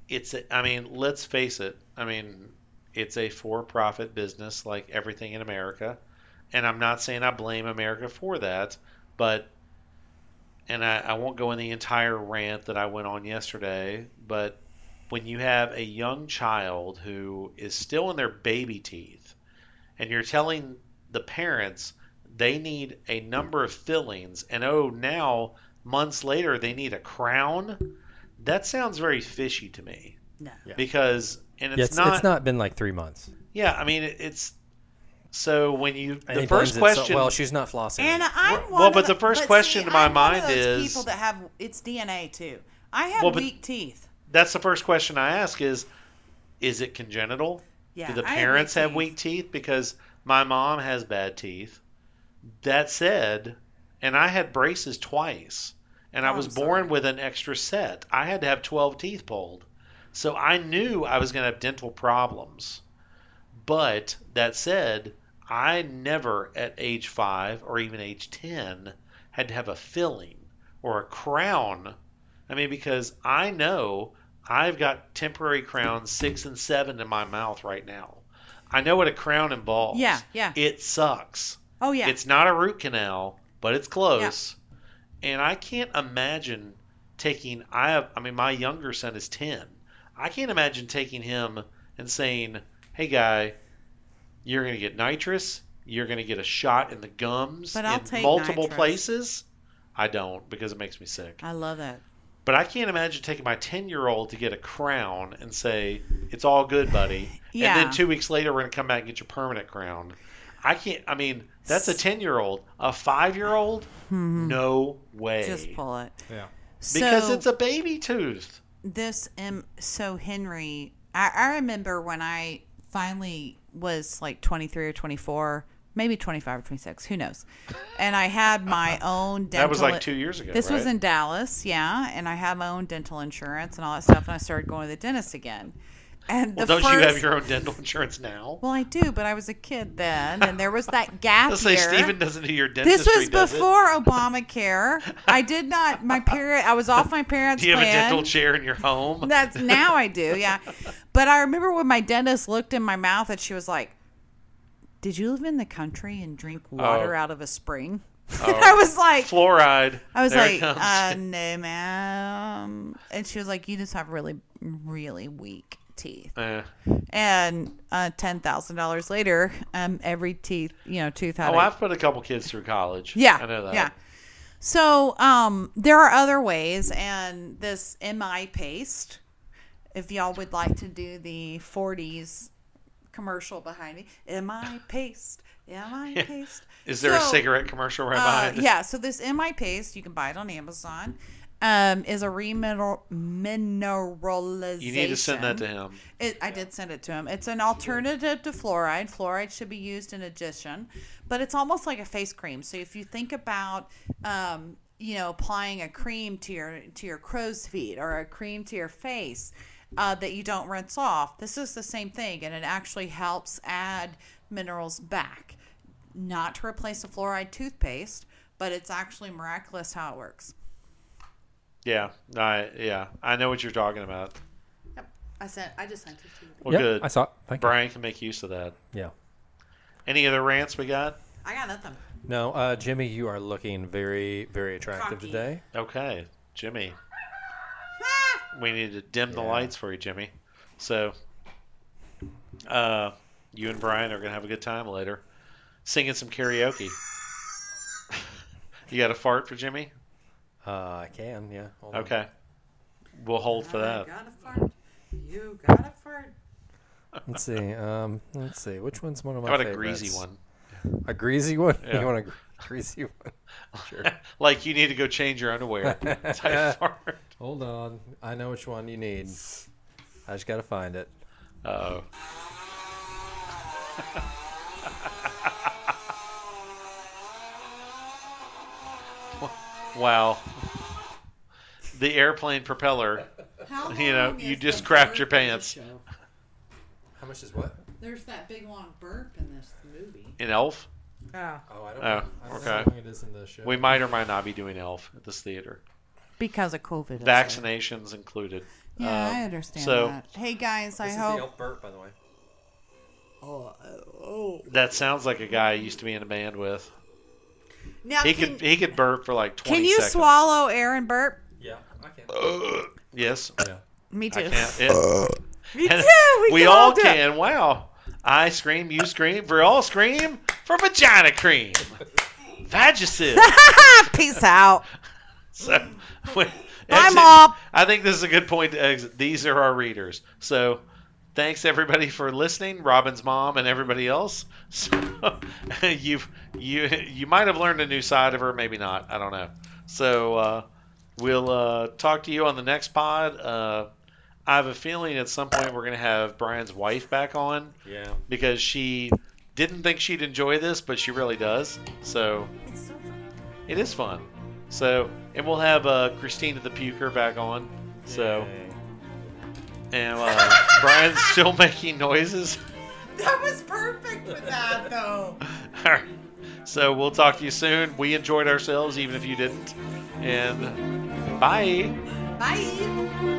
Speaker 2: it's. a- I mean, let's face it. I mean, it's a for-profit business like everything in America, and I'm not saying I blame America for that, but and I, I won't go in the entire rant that I went on yesterday, but when you have a young child who is still in their baby teeth and you're telling the parents they need a number of fillings and oh now months later they need a crown that sounds very fishy to me
Speaker 1: no.
Speaker 2: because and it's,
Speaker 3: Yeah, it's,
Speaker 2: not,
Speaker 3: it's not been like three months.
Speaker 2: yeah i mean it, it's so when you
Speaker 3: And
Speaker 2: the
Speaker 3: he blames
Speaker 2: first
Speaker 3: it so-
Speaker 2: question
Speaker 3: well, she's not flossing.
Speaker 1: And I'm one
Speaker 2: well,
Speaker 1: of
Speaker 2: but the first
Speaker 1: but
Speaker 2: question
Speaker 1: see,
Speaker 2: to my
Speaker 1: I'm one of
Speaker 2: mind
Speaker 1: those
Speaker 2: is-
Speaker 1: people that have it's DNA too. I have
Speaker 2: Well, but-
Speaker 1: weak teeth.
Speaker 2: that's the first question i ask is is it congenital
Speaker 1: Yeah,
Speaker 2: Do the
Speaker 1: I have
Speaker 2: parents
Speaker 1: weak
Speaker 2: have
Speaker 1: teeth.
Speaker 2: weak teeth? Because my mom has bad teeth. That said, and I had braces twice, and I
Speaker 1: Oh,
Speaker 2: was
Speaker 1: I'm
Speaker 2: born
Speaker 1: sorry.
Speaker 2: with an extra set. I had to have 12 teeth pulled. So I knew I was going to have dental problems. But that said, I never at age five or even age 10 had to have a filling or a crown. I mean, because I know I've got temporary crowns six and seven in my mouth right now. I know what a crown involves.
Speaker 1: Yeah, yeah.
Speaker 2: It sucks.
Speaker 1: Oh yeah.
Speaker 2: It's not a root canal, but it's close. And I can't imagine taking I have I mean my younger son is 10. I can't imagine taking him and saying, "Hey guy, you're going to get nitrous, you're going to get a shot in the gums
Speaker 1: But I'll
Speaker 2: in
Speaker 1: take
Speaker 2: multiple
Speaker 1: nitrous.
Speaker 2: places." I don't because it makes me sick.
Speaker 1: I love that.
Speaker 2: But I can't imagine taking my 10-year-old to get a crown and say, "It's all good, buddy." And
Speaker 1: Yeah.
Speaker 2: then 2 weeks later we're going to come back and get your permanent crown. I can't I mean, that's a 10-year-old. A 5-year-old? No way.
Speaker 1: Hmm. Just pull it.
Speaker 3: Yeah.
Speaker 2: Because
Speaker 1: so
Speaker 2: it's a baby tooth.
Speaker 1: this um so Henry, I, I remember when I finally was like 23 or 24, maybe 25 or 26, who knows. And I had my own dental
Speaker 2: That was like two years ago.
Speaker 1: This
Speaker 2: right?
Speaker 1: was in Dallas, yeah, and I had my own dental insurance and all that stuff and I started going to the dentist again. And
Speaker 2: Well,
Speaker 1: the
Speaker 2: don't
Speaker 1: first,
Speaker 2: you have your own dental insurance now?
Speaker 1: Well, I do, but I was a kid then, and there was that gap
Speaker 2: Let's say
Speaker 1: year.
Speaker 2: Stephen doesn't do your dentistry.
Speaker 1: This was
Speaker 2: does it?
Speaker 1: before Obamacare. I did not. My parent. I was off my parents'
Speaker 2: Do you have a
Speaker 1: plan.
Speaker 2: dental chair in your home?
Speaker 1: That's now I do. Yeah, but I remember when my dentist looked in my mouth and she was like, "Did you live in the country and drink
Speaker 2: Oh.
Speaker 1: water out of a spring?" I was like,
Speaker 2: Fluoride.
Speaker 1: I was
Speaker 2: Oh. There
Speaker 1: like,
Speaker 2: it comes.
Speaker 1: uh, no, ma'am. And she was like, you just have really, really weak teeth.
Speaker 2: Eh.
Speaker 1: And uh, $10,000 later, um, every teeth, you know, tooth had
Speaker 2: Oh,
Speaker 1: a-
Speaker 2: I've put a couple kids through college.
Speaker 1: yeah.
Speaker 2: I know that.
Speaker 1: Yeah. So um, there are other ways, and this MI paste, if y'all would like to do the 40s commercial behind me, MI paste, MI paste.
Speaker 2: Is there a
Speaker 1: So-
Speaker 2: cigarette commercial right
Speaker 1: uh,
Speaker 2: behind?
Speaker 1: yeah, so this MI paste, you can buy it on Amazon, um, is a remineral mineralization.
Speaker 2: You need to send that to him.
Speaker 1: It, I did send it to him. It's an alternative to fluoride. Fluoride should be used in addition, but it's almost like a face cream. So if you think about, um, you know, applying a cream to your to your crow's feet or a cream to your face uh, that you don't rinse off, this is the same thing, and it actually helps add minerals back. Not to replace the fluoride toothpaste, but it's actually miraculous how it works.
Speaker 2: Yeah. I, yeah. I know what you're talking about.
Speaker 1: Yep, I sent. I just sent it to you.
Speaker 2: Well, good.
Speaker 3: I saw. It. Thank you.
Speaker 2: Brian can make use of that.
Speaker 3: Yeah.
Speaker 2: Any other rants we got?
Speaker 1: I got nothing.
Speaker 3: No, uh, Jimmy, you are looking very, very attractive
Speaker 1: Cocky.
Speaker 3: today.
Speaker 2: Okay, Jimmy. we need to dim the lights for you, Jimmy. So, uh, you and Brian are gonna have a good time later, singing some karaoke. you got a fart for Jimmy?
Speaker 3: Uh, I can. Yeah. Hold on.
Speaker 2: Okay, we'll hold for that.
Speaker 1: got a fart. You got a fart.
Speaker 3: Let's see. Um, let's see. Which one's one of my
Speaker 2: How about a
Speaker 3: favorites?
Speaker 2: greasy one?
Speaker 3: A greasy one.
Speaker 2: Yeah.
Speaker 3: You want a gr- greasy one? Sure.
Speaker 2: like you need to go change your underwear. type fart.
Speaker 3: Hold on. I know which one you need. I just gotta find it.
Speaker 2: Oh, wow. The airplane propeller.
Speaker 1: How
Speaker 2: You know, long you is just the crapped burp your in this pants.
Speaker 3: How much is what?
Speaker 1: There's that big long burp in this movie.
Speaker 2: In Elf?
Speaker 1: Oh.
Speaker 3: Oh, I don't.
Speaker 2: Oh,
Speaker 3: I don't know
Speaker 2: okay.
Speaker 3: how long it is in the show.
Speaker 2: We might or might not be doing Elf at this theater.
Speaker 1: Because of COVID. isn't it?
Speaker 2: Vaccinations included.
Speaker 1: Yeah,
Speaker 2: Um,
Speaker 1: I understand
Speaker 2: so-
Speaker 1: that. Hey guys, I
Speaker 3: This is the
Speaker 1: hope.
Speaker 3: elf burp, by the way.
Speaker 1: Oh, oh.
Speaker 2: That sounds like a guy I used to be in a band with.
Speaker 1: Now
Speaker 2: He
Speaker 1: can,
Speaker 2: could he could burp for like twenty
Speaker 1: can you
Speaker 2: seconds.
Speaker 1: swallow air and burp?
Speaker 3: Yeah, I can.
Speaker 2: Oh. Yes.
Speaker 3: Yeah.
Speaker 1: Me too.
Speaker 2: I can't. It-
Speaker 1: Me too.
Speaker 2: and
Speaker 1: We,
Speaker 2: we
Speaker 1: can
Speaker 2: all
Speaker 1: do it.
Speaker 2: can. Wow. I scream, you scream, we all scream for vagina cream. Vagisil.
Speaker 1: Peace out.
Speaker 2: So, when-
Speaker 1: Bye,
Speaker 2: exit-
Speaker 1: Mom.
Speaker 2: I think this is a good point to exit. These are our readers. So, thanks everybody for listening, Robin's mom and everybody else. So, you've you you might have learned a new side of her, maybe not. I don't know. So, uh, we'll uh, talk to you on the next pod. Uh, I have a feeling at some point we're gonna have Brian's wife back on
Speaker 3: Yeah.
Speaker 2: because she didn't think she'd enjoy this, but she really does. So.
Speaker 1: It's so funny.
Speaker 2: It is fun. So, and we'll have uh, Christina the Puker back on. So,
Speaker 3: Yay.
Speaker 2: and uh, Brian's still making noises.
Speaker 1: That was perfect for that though.
Speaker 2: All right. So, we'll talk to you soon. We enjoyed ourselves, even if you didn't. And bye.
Speaker 1: Bye.